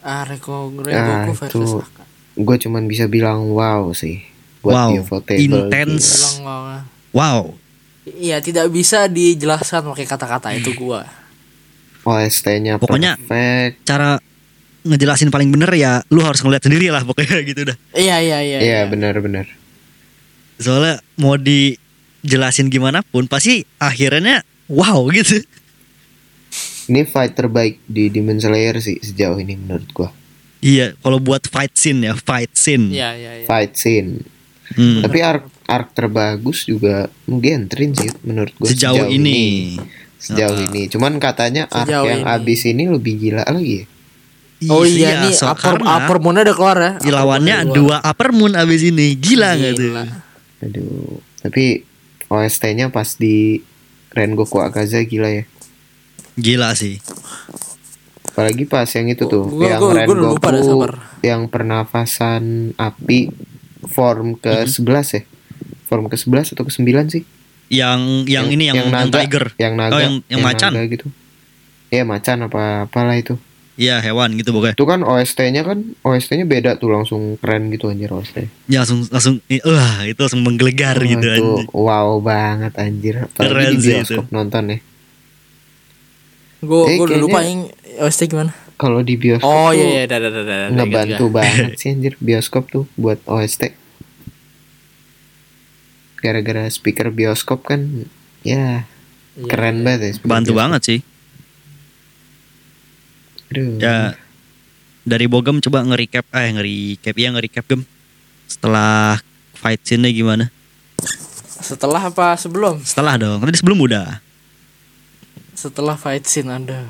Ah, Reko Ah, Goku versus itu Akaza. gue cuman bisa bilang wow sih. Wow, Beautiful intense. Bilang bahwa- Wow. Iya, tidak bisa dijelaskan pakai kata-kata itu gua. gitu. OST-nya Pokoknya- perfect. Cara ngejelasin paling bener ya lu harus ngeliat sendiri lah pokoknya gitu dah. Iya, iya, iya. Iya, iya. benar-benar. soalnya mau dijelasin gimana pun pasti akhirnya wow gitu Ini fight terbaik di Demon Slayer sih sejauh ini menurut gua. iya kalau buat fight scene ya fight scene Iya, iya, iya. Fight scene. Hmm. Tapi arc arc terbagus juga mungkin Trin sih menurut gua sejauh, ini, Ah. Sejauh ini. Cuman katanya arc Sejauh yang ini. abis ini lebih gila lagi. ya. Oh iya, nih so- upper, karena upper moon udah keluar ya. lawannya Upper moon udah keluar. gitu. dua upper moon abis ini gila nggak tuh Gila. Aduh, Tapi OST-nya pas di Rengoku Akaza gila ya. Gila sih. Apalagi pas yang itu tuh, Gua- yang gua- gua udah lupa dah, Rengoku sabar. yang pernafasan api form Hmm. ke-11 ya. Form ke-11 atau ke-9 sih? Yang yang, ini yang, yang, naga, tiger. yang naga, Oh, yang- yang macan. naga gitu. Iya, macan apa apalah itu. Iya, hewan gitu pokoknya. Itu kan OST-nya kan OST-nya beda tuh langsung keren gitu anjir OST. Ya, langsung langsung i- wah, itu langsung menggelegar Wah, gitu itu anjing. Wow banget anjir. Apalagi Keren di sih bioskop nonton ya. Gue Eh, udah lupa kayaknya- yang OST gimana. Kalau di bioskop Oh tuh iya iya dah dah dah dah. dah, ngebantu ingat gua. banget sih anjir bioskop tuh buat OST. Gara-gara speaker bioskop kan ya Iya. keren banget ya. speaker Bantu bioskop. banget sih. Aduh. Ya dari Bogem coba nge-recap eh nge-recap ya nge-recap Gem. Setelah fight scene-nya gimana? Setelah apa sebelum? Setelah dong. Tadi sebelum udah. Setelah fight scene ada.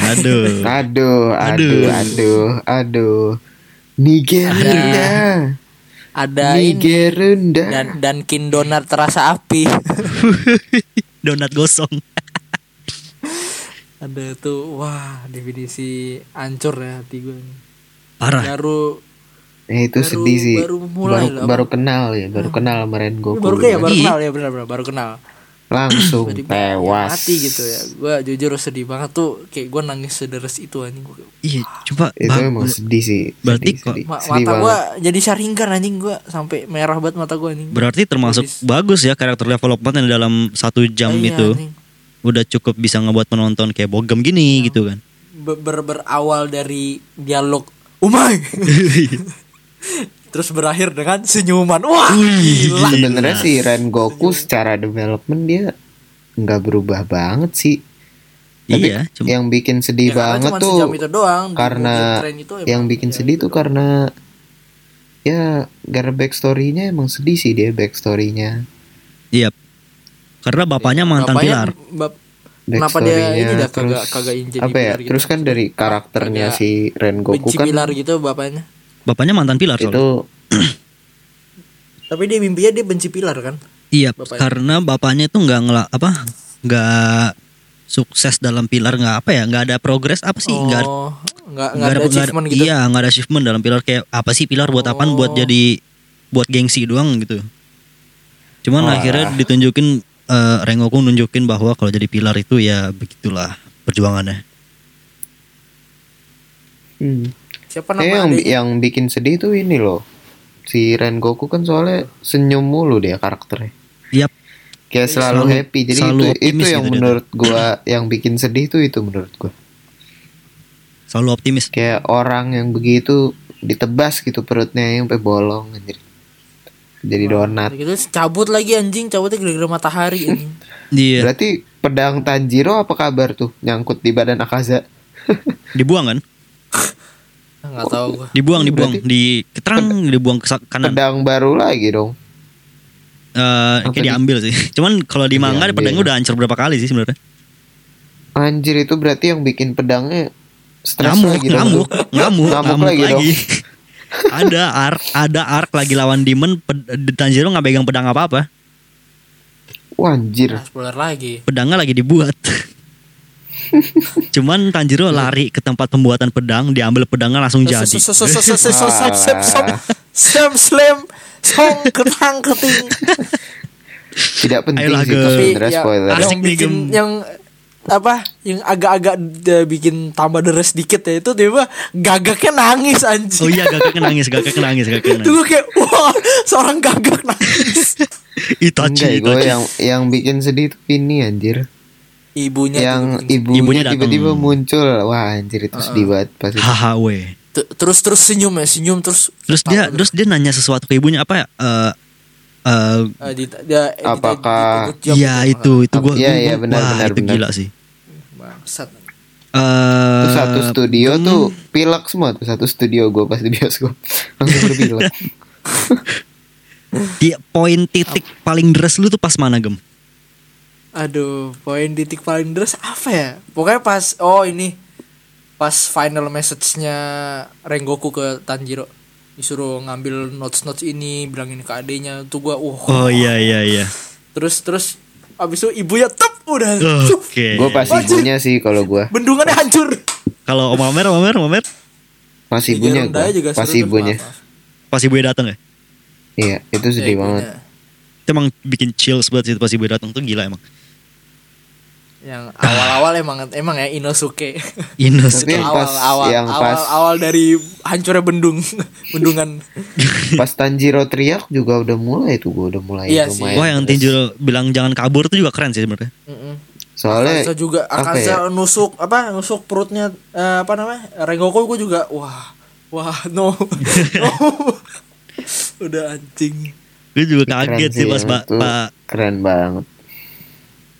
Aduh. Aduh, aduh, Aduh. aduh, aduh. Nigerunda. Iya, Ada Nah, ini Nigerunda. dan dan kin donat terasa api. Donat gosong. ada tuh wah definisi ancur ya hati gue. Parah. Baru Eh, itu Baru- sedih sih. baru mulai baru, lah, baru kenal ya, baru kenal sama Rengoku. baru kayak baru Iya. kenal ya benar-benar baru kenal. Langsung Tiba-tiba tewas. Mati gitu ya. Gue jujur sedih banget tuh kayak gue nangis sederes itu anjing. Gua kayak, Iya, coba Itu bang- emang sedih sih. Berarti sedih, kok- sedih. Ma- Sedih mata banget. gue jadi sharingkan anjing gue sampai merah banget mata gue anjing. berarti termasuk Habis. bagus ya karakter development yang dalam satu jam Iya, itu anjing. Iya. udah cukup bisa ngebuat penonton kayak bogem gini gitu kan. Ber- ber- berawal dari dialog umai terus berakhir dengan senyuman wah gila Sebenarnya sih Rengoku secara development dia nggak berubah banget sih. Tapi iya, cuma yang bikin sedih Ya, karena banget cuman tuh sejam itu doang di karena mobil tren itu emang yang bikin ya. sedih tuh karena ya gara backstory-nya emang sedih sih dia backstory-nya. iya. Karena bapaknya mantan Iya, Bapaknya pilar. bap- Kenapa dia ini dah kagak kagak apa izin ya? dibilar gitu. Terus kan dari karakternya Kagak si Rengoku benci kan pilar gitu bapaknya Bapaknya mantan pilar soalnya. itu tapi dia mimpinya dia benci pilar kan Iya, Bapaknya. karena bapaknya itu nggak ngela apa nggak sukses dalam pilar nggak apa ya nggak ada progres apa sih oh nggak nggak nggak ada achievement gitu iya nggak ada achievement dalam pilar kayak apa sih pilar buat apaan buat Oh. jadi buat gengsi doang gitu cuman Oh, Wah. akhirnya iya. ditunjukin eh, Rengoku nunjukin bahwa kalau jadi pilar itu ya begitulah perjuangannya hmm. siapa Eh, nama yang adiknya? yang bikin sedih tuh ini loh. Si Rengoku kan soalnya senyum mulu dia karakternya. Yap Kayak selalu, Iya, Selalu- happy. Jadi selalu itu itu optimis yang gitu dia menurut gua yang bikin sedih tuh itu menurut gua. selalu optimis Kayak orang yang begitu ditebas gitu perutnya yang sampai bolong anjir. Jadi donat. gitu cabut lagi anjing cabutnya gara-gara matahari anjing. dia iya. Berarti pedang Tanjiro apa kabar tuh? Nyangkut di badan Akaza. dibuang kan nggak tahu gua dibuang dibuang di keterang dibuang ke sa- kanan Pedang baru lagi dong. Eh, Apa di- kayak diambil sih cuman kalau di manga Diambil. pedangnya udah hancur berapa kali sih sebenarnya Anjir itu berarti yang bikin pedangnya stres ngamuk, lagi dong. ngamuk, tuh. ngamuk, gitu. Ngamuk ngamuk lagi lagi. dong. ada arc, ada arc lagi lawan demon. Ped- Tanjiro nggak pegang pedang apa apa. Wah anjir. Nah, spoiler lagi Pedangnya lagi dibuat. Cuman Tanjiro lari ke tempat pembuatan pedang, diambil pedangnya langsung jadi. Alah. Slam slam song ketang keting Tidak penting Ayolah, sih itu Ge. sebenarnya ya, spoiler. Asik yang nih, bikin Gem. yang apa yang agak-agak eh, bikin tambah deres dikit ya itu tiba gagaknya nangis Oh anjing. iya, gagak nangis, gagak nangis, gagak Itu nangis. gue kayak wah seorang gagak nangis. Enggak, Itachi, gue Itachi. yang yang bikin sedih tuh ini anjir. Ibunya Yang juga- ibunya, Ibunya datang. tiba-tiba muncul. Wah anjir itu sedih banget pasti. Haha, weh. T- terus terus senyum ya senyum terus Terus dia, terus dia nanya sesuatu ke ibunya apa? ya? Eh, eh, Eh, di- dia- eh, di- Apakah- di- di- di- Iya di- itu, itu gue. Iya, iya, benar, benar, itu benar. gila sih. Bangsat. Eh, Terus satu studio tuh pilek semua tuh satu studio gue pas di bioskop langsung berpilek. di poin titik paling deres lu tuh pas mana gem? Aduh, poin titik paling deres apa ya? Pokoknya pas oh ini pas final message-nya Rengoku ke Tanjiro. disuruh ngambil notes notes ini bilangin ke adenya tuh gua uh Oh iya iya iya. terus terus abis itu ibunya tep udah Cuf, Oke. Gue pas Wajib. ibunya sih kalau gue. bendungannya hancur Kalau Om Amer, Om Amer, Om Amer, Pas ibunya Tiga ronda juga gue. Pas seru tuh, ibunya. maaf, maaf. pas ibu datang ya. Iya, itu Ya, sedih ibunya. banget. Itu emang bikin chills banget sih pas ibu datang tuh gila emang. yang awal-awal emang emang ya Inosuke Inus. Tapi yang pas awal-awal yang pas awal-awal dari hancurnya bendung bendungan pas Tanjiro teriak juga udah mulai tuh gue udah mulai Iya sih. lumayan. Wah yang Tinjuro bilang jangan kabur tuh juga keren sih sebenarnya. Mm-mm. Akaza Soalnya juga Eh, apa Akaza ya? nusuk apa nusuk perutnya eh, apa namanya Rengoku gue juga wah wah no no udah anjing Gue juga keren kaget sih pas emang ba- tuh pa- keren banget.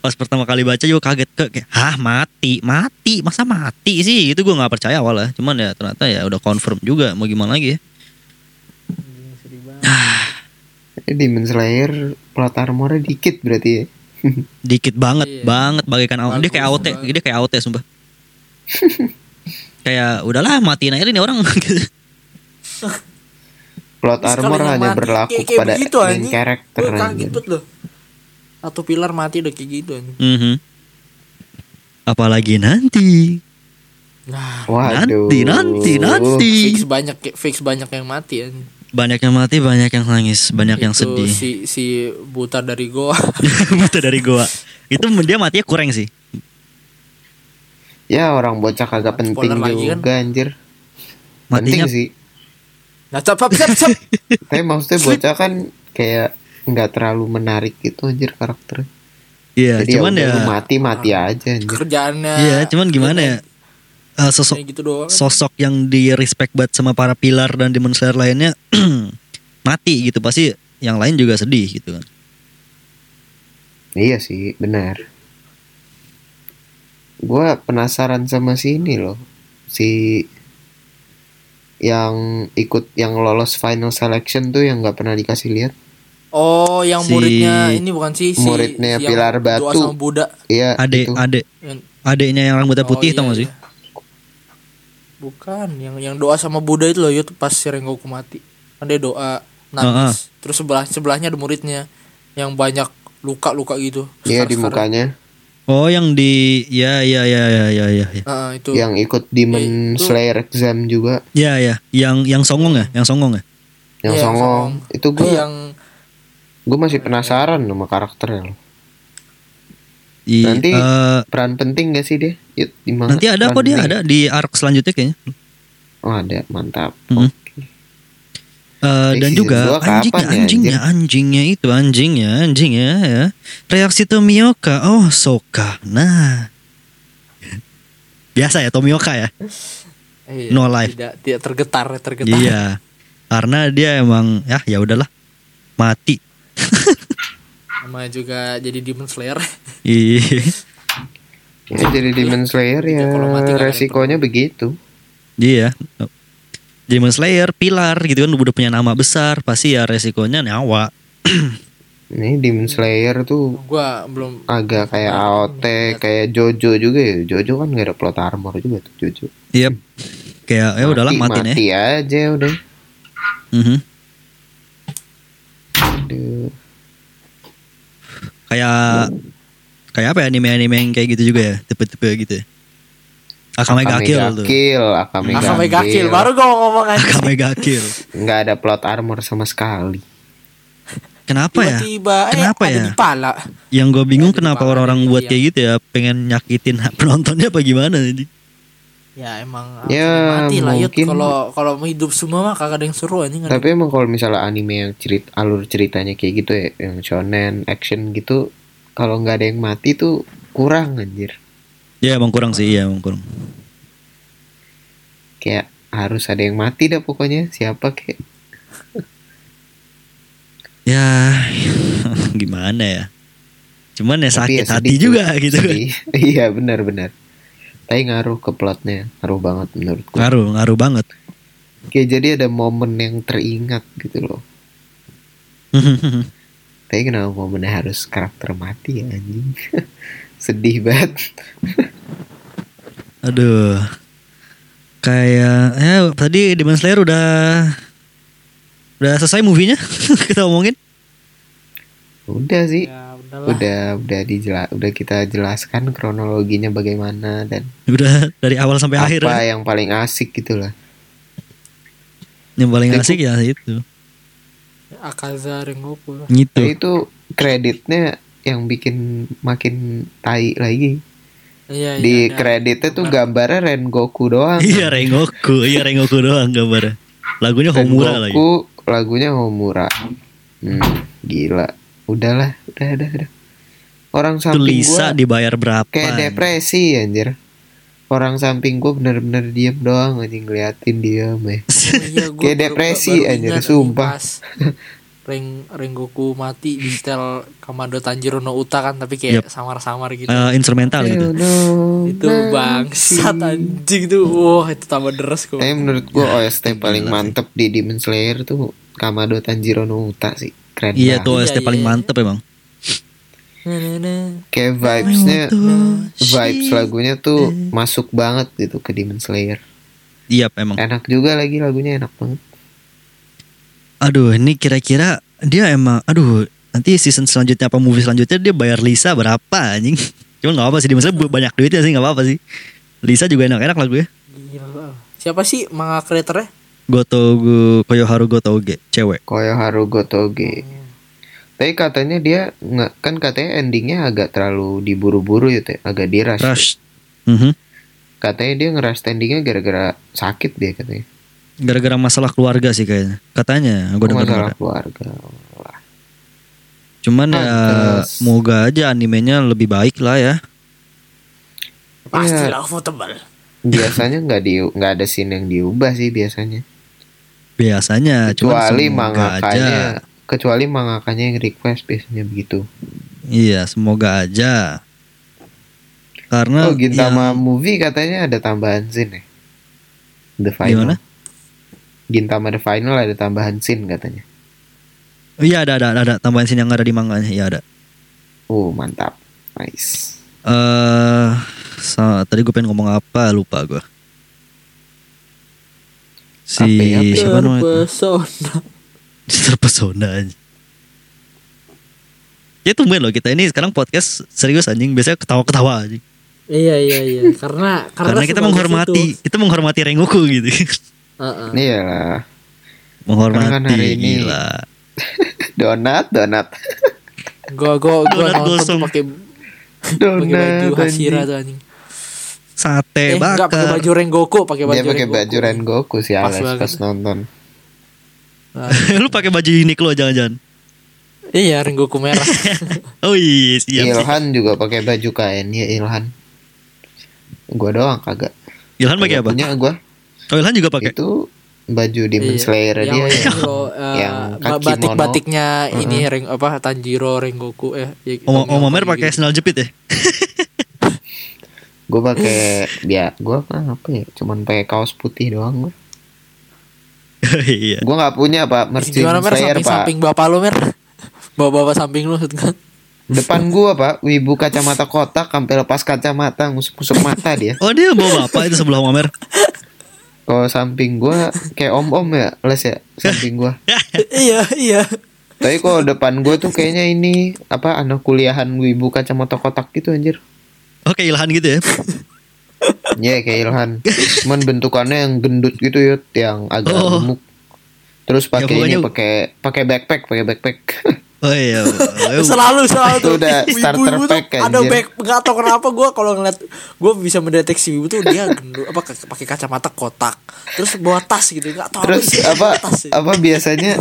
pas pertama kali baca juga kaget ke kayak, hah mati mati masa mati sih itu gue nggak percaya awalnya cuman ya ternyata ya udah confirm juga mau gimana lagi ya Demon Slayer plot armornya dikit berarti ya. dikit banget Iya. banget bagaikan AOT dia kayak Bagus AOT banget. dia kayak AOT sumpah kayak udahlah matiin aja nih orang gitu. Plot Terus kalau armor yang hanya Iya mati, berlaku kayak- kayak pada begitu, main anjing. karakter Gua anjing. kaget banget loh satu pilar mati udah kayak gitu anjing Mhm. apalagi nanti nah Waduh. nanti nanti nanti fix banyak fix banyak yang mati anjing banyak yang mati banyak yang nangis banyak yang Itu sedih si si buta dari goa itu dari gua itu dia matinya kurang sih Ya orang bocah kagak Spoiler penting lagi kan? juga anjir. Penting matinya sih. nah cap cap cap cap. Tapi maksudnya bocah kan kayak nggak terlalu menarik gitu anjir karakternya. iya Jadi cuman ya, udah, ya lu mati mati Ah. aja anjir. kerjaannya Iya, cuman gimana ya? Eh, sosok Kayak gitu doang sosok yang di respect banget sama para pilar dan demon slayer lainnya mati gitu pasti yang lain juga sedih gitu kan. Iya sih, benar. Gua penasaran sama si ini loh. Si yang ikut yang lolos final selection tuh yang nggak pernah dikasih lihat. Oh, yang Si- muridnya ini bukan sih si muridnya si yang Pilar doa Batu. sama Buddha. Iya, Ade itu. ade Yang- adeknya yang rambutnya oh, putih iya, tau gak sih? iya. Bukan, yang yang doa sama Buddha itu loh, yut pas si Rengoku mati. Kan dia Ah, ah. doa nangis. Terus sebelah sebelahnya ada muridnya yang banyak luka-luka gitu. Iya di Scar-scar. mukanya Oh, yang di ya ya ya ya ya ya ya. Ah, ah, itu. yang ikut Demon Iya, Itu. Slayer exam juga Ya ya, yang yang songong ya, yang songong ya. yang Iya, songong. Itu gue yang gue masih penasaran sama karakternya loh. I- Nanti- eh, Peran penting gak sih dia? Yut, di manga nanti ada peran kok dia penting. ada di arc selanjutnya kayaknya. Oh, ada, mantap. Mhm. Oke. Eh, Eh, dan season juga dua kapan anjingnya, ya, anjingnya, anjingnya itu anjingnya, anjingnya ya. Reaksi Tomioka, oh Soka, nah. Biasa ya Tomioka ya. iya, No life. Tidak, tidak tergetar, tergetar. Iya. Karena dia emang ya ya udahlah mati. Sama juga jadi Demon Slayer. Iya. Ya, jadi Demon Slayer Iya, ya kalau mati kan ada resikonya begitu. Iya. Demon Slayer, Pilar gitu kan udah punya nama besar, pasti ya resikonya nyawa. Ini Iya. Demon Slayer tuh Gua belum agak kayak AOT, kayak Jojo juga ya. Jojo kan gak ada plot armor juga tuh Jojo. Iya. Kayak ya udahlah mati, matiin ya. mati aja udah. Mhm. Aduh. kayak kayak apa ya anime-anime yang kayak gitu juga ya tipe-tipe gitu ya Akame ga Kill tuh Kill, Akame ga Akame ga Kill. Kill. Baru gua mau ngomong aja. Akame ga Kill Nggak ada plot armor sama sekali. kenapa ya Tiba-tiba eh, Kenapa ada ya? di pala. yang gue bingung Tiba-tiba kenapa ada orang-orang yang buat diam. kayak gitu ya pengen nyakitin hak penontonnya apa gimana jadi Ya emang Ya, mati lah Yud. mungkin. kalau kalau mau hidup semua mah kagak ada yang seru anjing ada- Tapi emang kalau misalnya anime yang cerit alur ceritanya kayak gitu ya, yang shonen, action gitu, kalau nggak ada yang mati tuh kurang anjir. ya emang kurang sih iya emang kurang Kayak harus ada yang mati dah pokoknya. Siapa kayak ya gimana ya cuman ya sakit Tapi ya hati sedih juga tuh, gitu kan sedih. iya benar-benar tapi ngaruh ke plotnya ngaruh banget menurut gue ngaruh ngaruh banget kayak jadi ada momen yang teringat gitu loh tapi kenapa momennya harus karakter mati ya anjing sedih banget aduh kayak ya tadi Demon Slayer udah Udah selesai movie-nya kita omongin. Udah sih. ya udahlah Udah udah dijela udah kita jelaskan kronologinya bagaimana dan Udah dari awal sampai akhir. apa ya? kan. yang paling asik gitu lah. Yang paling Aku- asik ya itu. Akaza Rengoku Gitu. Nah, itu kreditnya yang bikin makin tai lagi. iya Di iya, ada. kreditnya tuh gambarnya Rengoku doang. Iya Rengoku, iya Rengoku doang gambarnya. Lagunya Homura lagi. Rengoku lagunya Homura. Hmm, gila. Udahlah, udah udah udah. Orang Itu samping Lisa gua dibayar berapa? kayak depresi anjir. Orang samping gua bener-bener diem doang anjing ngeliatin diem ya. Oh, iya, gua Kayak baru- depresi, baru anjir, ingat, sumpah. pas Ring Rengoku mati di setel Kamado Tanjiro no Uta kan tapi kayak samar-samar gitu. Eh, instrumental Iya. gitu. itu Nah, bangsat anjing tuh. Wah, itu tambah deres kok. Tapi menurut Ya, gua OST paling mantep di Demon Slayer tuh Kamado Tanjiro no Uta sih. Keren Iya banget. tuh OST Iya, paling iya. mantep emang. Nah, Kayak vibesnya Vibes lagunya tuh masuk banget gitu ke Demon Slayer Iya emang. Enak juga lagi lagunya enak banget Aduh ini kira-kira dia emang aduh nanti season selanjutnya apa movie selanjutnya dia bayar Lisa berapa anjing. Cuman nggak apa sih di masa banyak duitnya sih nggak apa-apa sih. Lisa juga enak-enak ya. lagunya. Gila. Siapa sih manga kreatornya? Gotogu Koyoharu Gotouge cewek. Koyoharu Gotoge Hmm. Tapi katanya dia nggak kan katanya endingnya agak terlalu diburu-buru gitu ya, agak diras. Rush. Mhm. Katanya dia ngeras endingnya gara-gara sakit dia katanya. Gara-gara masalah keluarga sih kayaknya. Katanya gue dengar. Masalah keluarga. Wah. Cuman ya Pantes. moga aja animenya lebih baik lah ya. Iya. Pastilah votable. Biasanya nggak di nggak ada scene yang diubah sih biasanya. Biasanya Ah, cuman kecuali semoga aja. mangakanya kecuali mangakanya yang request biasanya begitu. Iya, semoga aja. Karena Nah, ya, oh, Gintama yang- movie katanya ada tambahan scene ya. The final. Gimana? Gintama The Final ada tambahan scene katanya. Iya, ada ada ada, ada. tambahan scene yang nggak ada di manganya. Iya, ada. Oh, mantap. Nice. Eh, sa- tadi gue pengen ngomong apa, lupa gue. Si Apa ya? Iya, siapa namanya? Terpesona. Terpesona aja. Ya tumben loh kita ini sekarang podcast serius anjing, biasanya ketawa-ketawa anjing. Iya iya iya. Karena Karena, kita sebagus menghormati, itu. kita menghormati Rengoku gitu. Heeh. Iyalah. menghormati Karena kan hari ini- gila. Donat, donat. Gua gua gua Donat nonton tuh gosong. pakai pakai Donat. baju Hashira anjing. tuh anjing. Sate Eh, enggak pakai bakar. baju Rengoku, pakai baju Dia pakai Rengoku. baju Rengoku sih Pas Alex banget. pas nonton. Nah, Lu pakai baju Uniqlo jangan-jangan. Iya Rengoku merah Oh iya, siap. siap. Ilhan juga pakai baju KN ya Ilhan. Gua doang kagak. Ilhan pakai apa? Punya gua Oh, Ilhan juga pakai. itu baju Demon Iya, Slayer yang, dia. ini yang- loh, eh, yang ba- kimono. batik-batiknya ini Reng- apa Tanjiro Rengoku eh ya, Om Om Rengoku Omer gitu. pakai sandal jepit ya? Gua pakai ya gua kan apa ya? Cuman pakai kaos putih doang gua. Iya. Gua nggak punya Pak merch Gimana Demon mer Slayer Pak. samping-samping bapak lu mer Bapak-bapak samping lu maksud gua. Depan gua Pak, wibu kacamata kotak sampai lepas kacamata ngusuk-ngusuk mata dia. Oh dia bawa bapak itu sebelah Om Omer. Kalau samping gua kayak om-om ya, les ya samping gua. Iya iya Tapi kalau depan gue tuh kayaknya ini apa anak kuliahan wibu kacamata kotak gitu anjir. Oke Ilhan gitu ya. Ya kayak Ilhan. Cuman bentukannya yang gendut gitu ya, yang agak Oh. gemuk. Terus pakai Ya, ini pokoknya- pakai pakai backpack, pakai backpack. Oh iya. Oh, iya. Selalu selalu Itu udah starter Wibu-wibu pack, tuh Ada anjir. back Gak tau kenapa gua kalau ngeliat Gua bisa mendeteksi wibu tuh Dia gendut apa k- pakai kacamata kotak Terus bawa tas gitu Gak tau Terus sih, apa tas sih. apa biasanya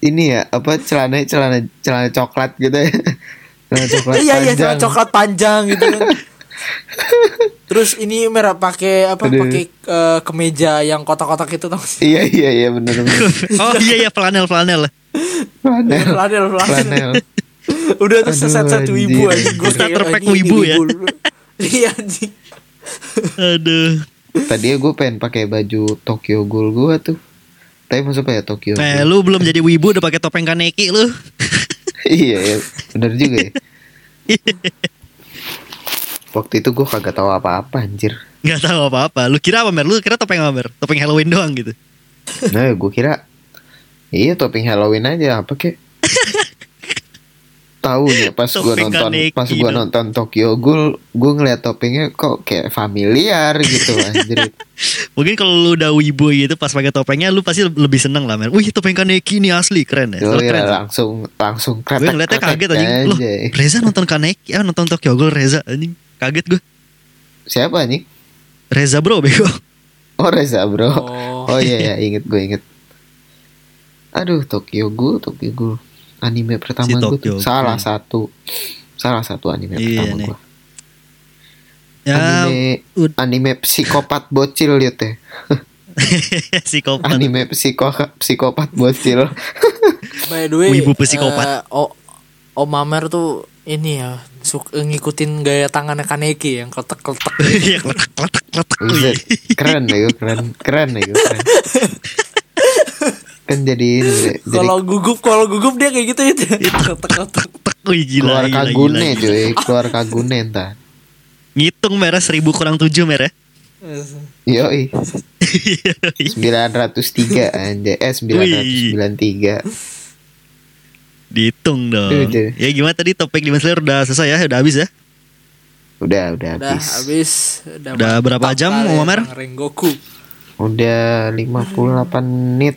ini ya, apa celana celana celana coklat gitu ya. Celana coklat Iya iya panjang. celana coklat panjang gitu kan. Terus ini merah pakai apa? Aduh. Pakai eh, kemeja yang kotak-kotak itu tau gak sih? Iya iya iya bener bener. Oh iya iya flanel flanel. Flanel. Flanel, flanel. Flanel. Udah tuh Aduh, set satu ibu anjir. aja. Gua Starter kayak, pack anjing, wibu ini ya. wibu. Iya anjing. Aduh. Tadinya gue pengen pakai baju Tokyo Ghoul gue tuh. Tapi maksudnya ya Tokyo Eh Ghoul. lu belum jadi wibu udah pakai topeng kaneki lu. iya, ya, bener juga ya. Waktu itu gue kagak tahu apa-apa anjir. Gak tahu apa-apa. Lu kira apa Mer? Lu kira topeng apa Mer? Topeng Halloween doang gitu. Nah, gue kira Iya topping Halloween aja apa kek? Tahu nih pas gua Topping nonton Kaneki pas gua dong. nonton Tokyo Ghoul, gua ngeliat toppingnya kok kayak familiar gitu anjir. Mungkin kalau lu udah wibu gitu pas pakai topengnya lu pasti lebih seneng lah men. Wih topeng Kaneki ini asli keren ya. Yo, Soalnya keren. ya, langsung langsung Gue ngeliatnya kaget anjing. Loh aja. Reza nonton Kaneki, eh nonton Tokyo Ghoul Reza anjing. Kaget gue. Siapa anjing? Reza bro bego. Oh Reza bro. Oh, Oh, iya ya inget gue inget. Aduh Tokyo Ghoul Tokyo Ghoul anime pertama Si gue Tokyo tuh Ghoul. salah satu salah satu anime Iya, pertama nih. gue. Ya anime ud- anime psikopat bocil ya teh. psikopat. Anime psiko psikopat bocil. by the way, Wibu psikopat. eh, o- Om Amer tuh ini ya, suk- ngikutin gaya tangannya Kaneki yang kletek-kletek. Iya kletek kletek kletek. Buset, keren ya keren keren ya keren. kan jadi ini Dek. jadi Kalau gugup, kalau gugup dia kayak gitu itu. Kletek-kletek. Tek, wih, gila, gila, keluar gila, kagune gila. cuy keluar kagune entar Ngitung merah seribu kurang tujuh merah. yoi 903 anjay eh 993 Dihitung dong. Tujuh. Ya gimana tadi topik Demon Slayer udah selesai ya, udah habis ya? udah udah Udah habis habis. Udah, Udah mantap berapa jam, kali ya, Om Amer? Bang Rengoku. udah 58 menit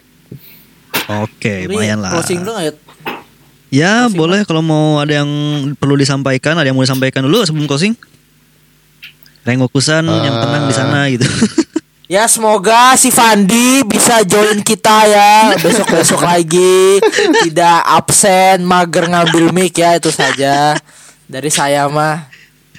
Oke, Tapi lumayan lah. Closing dong ya. Ya boleh kalau mau ada yang perlu disampaikan, ada yang mau disampaikan dulu sebelum closing. Eh, Rengokusan yang tenang di sana gitu. Ya semoga si Fandi bisa join kita ya besok-besok lagi tidak absen mager ngambil mic ya itu saja dari saya mah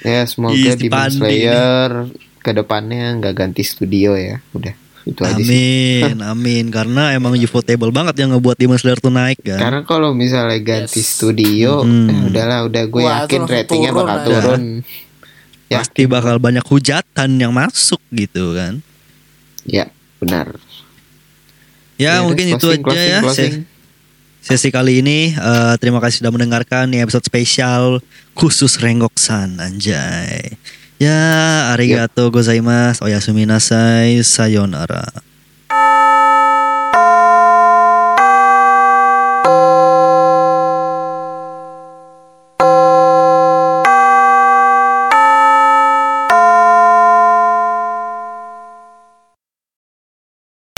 ya semoga Ih, di dipandi Slayer kedepannya nggak ganti studio ya udah itu aja sih amin, amin. Karena emang ufotable banget yang ngebuat Demon Slayer tuh naik kan. karena kalau misalnya ganti Yes. studio Hmm. eh, udahlah udah gue Wah, yakin itu langsung ratingnya turun bakal aja. turun ya Pasti bakal banyak hujatan yang masuk gitu kan. ya benar Ya udah, mungkin itu aja Iya, closing, ya. closing, closing. Se- Sesi kali ini eh, terima kasih sudah mendengarkan di episode spesial khusus Renggoksan Iya. anjay. Ya, arigato gozaimasu, oyasuminasai, sayonara.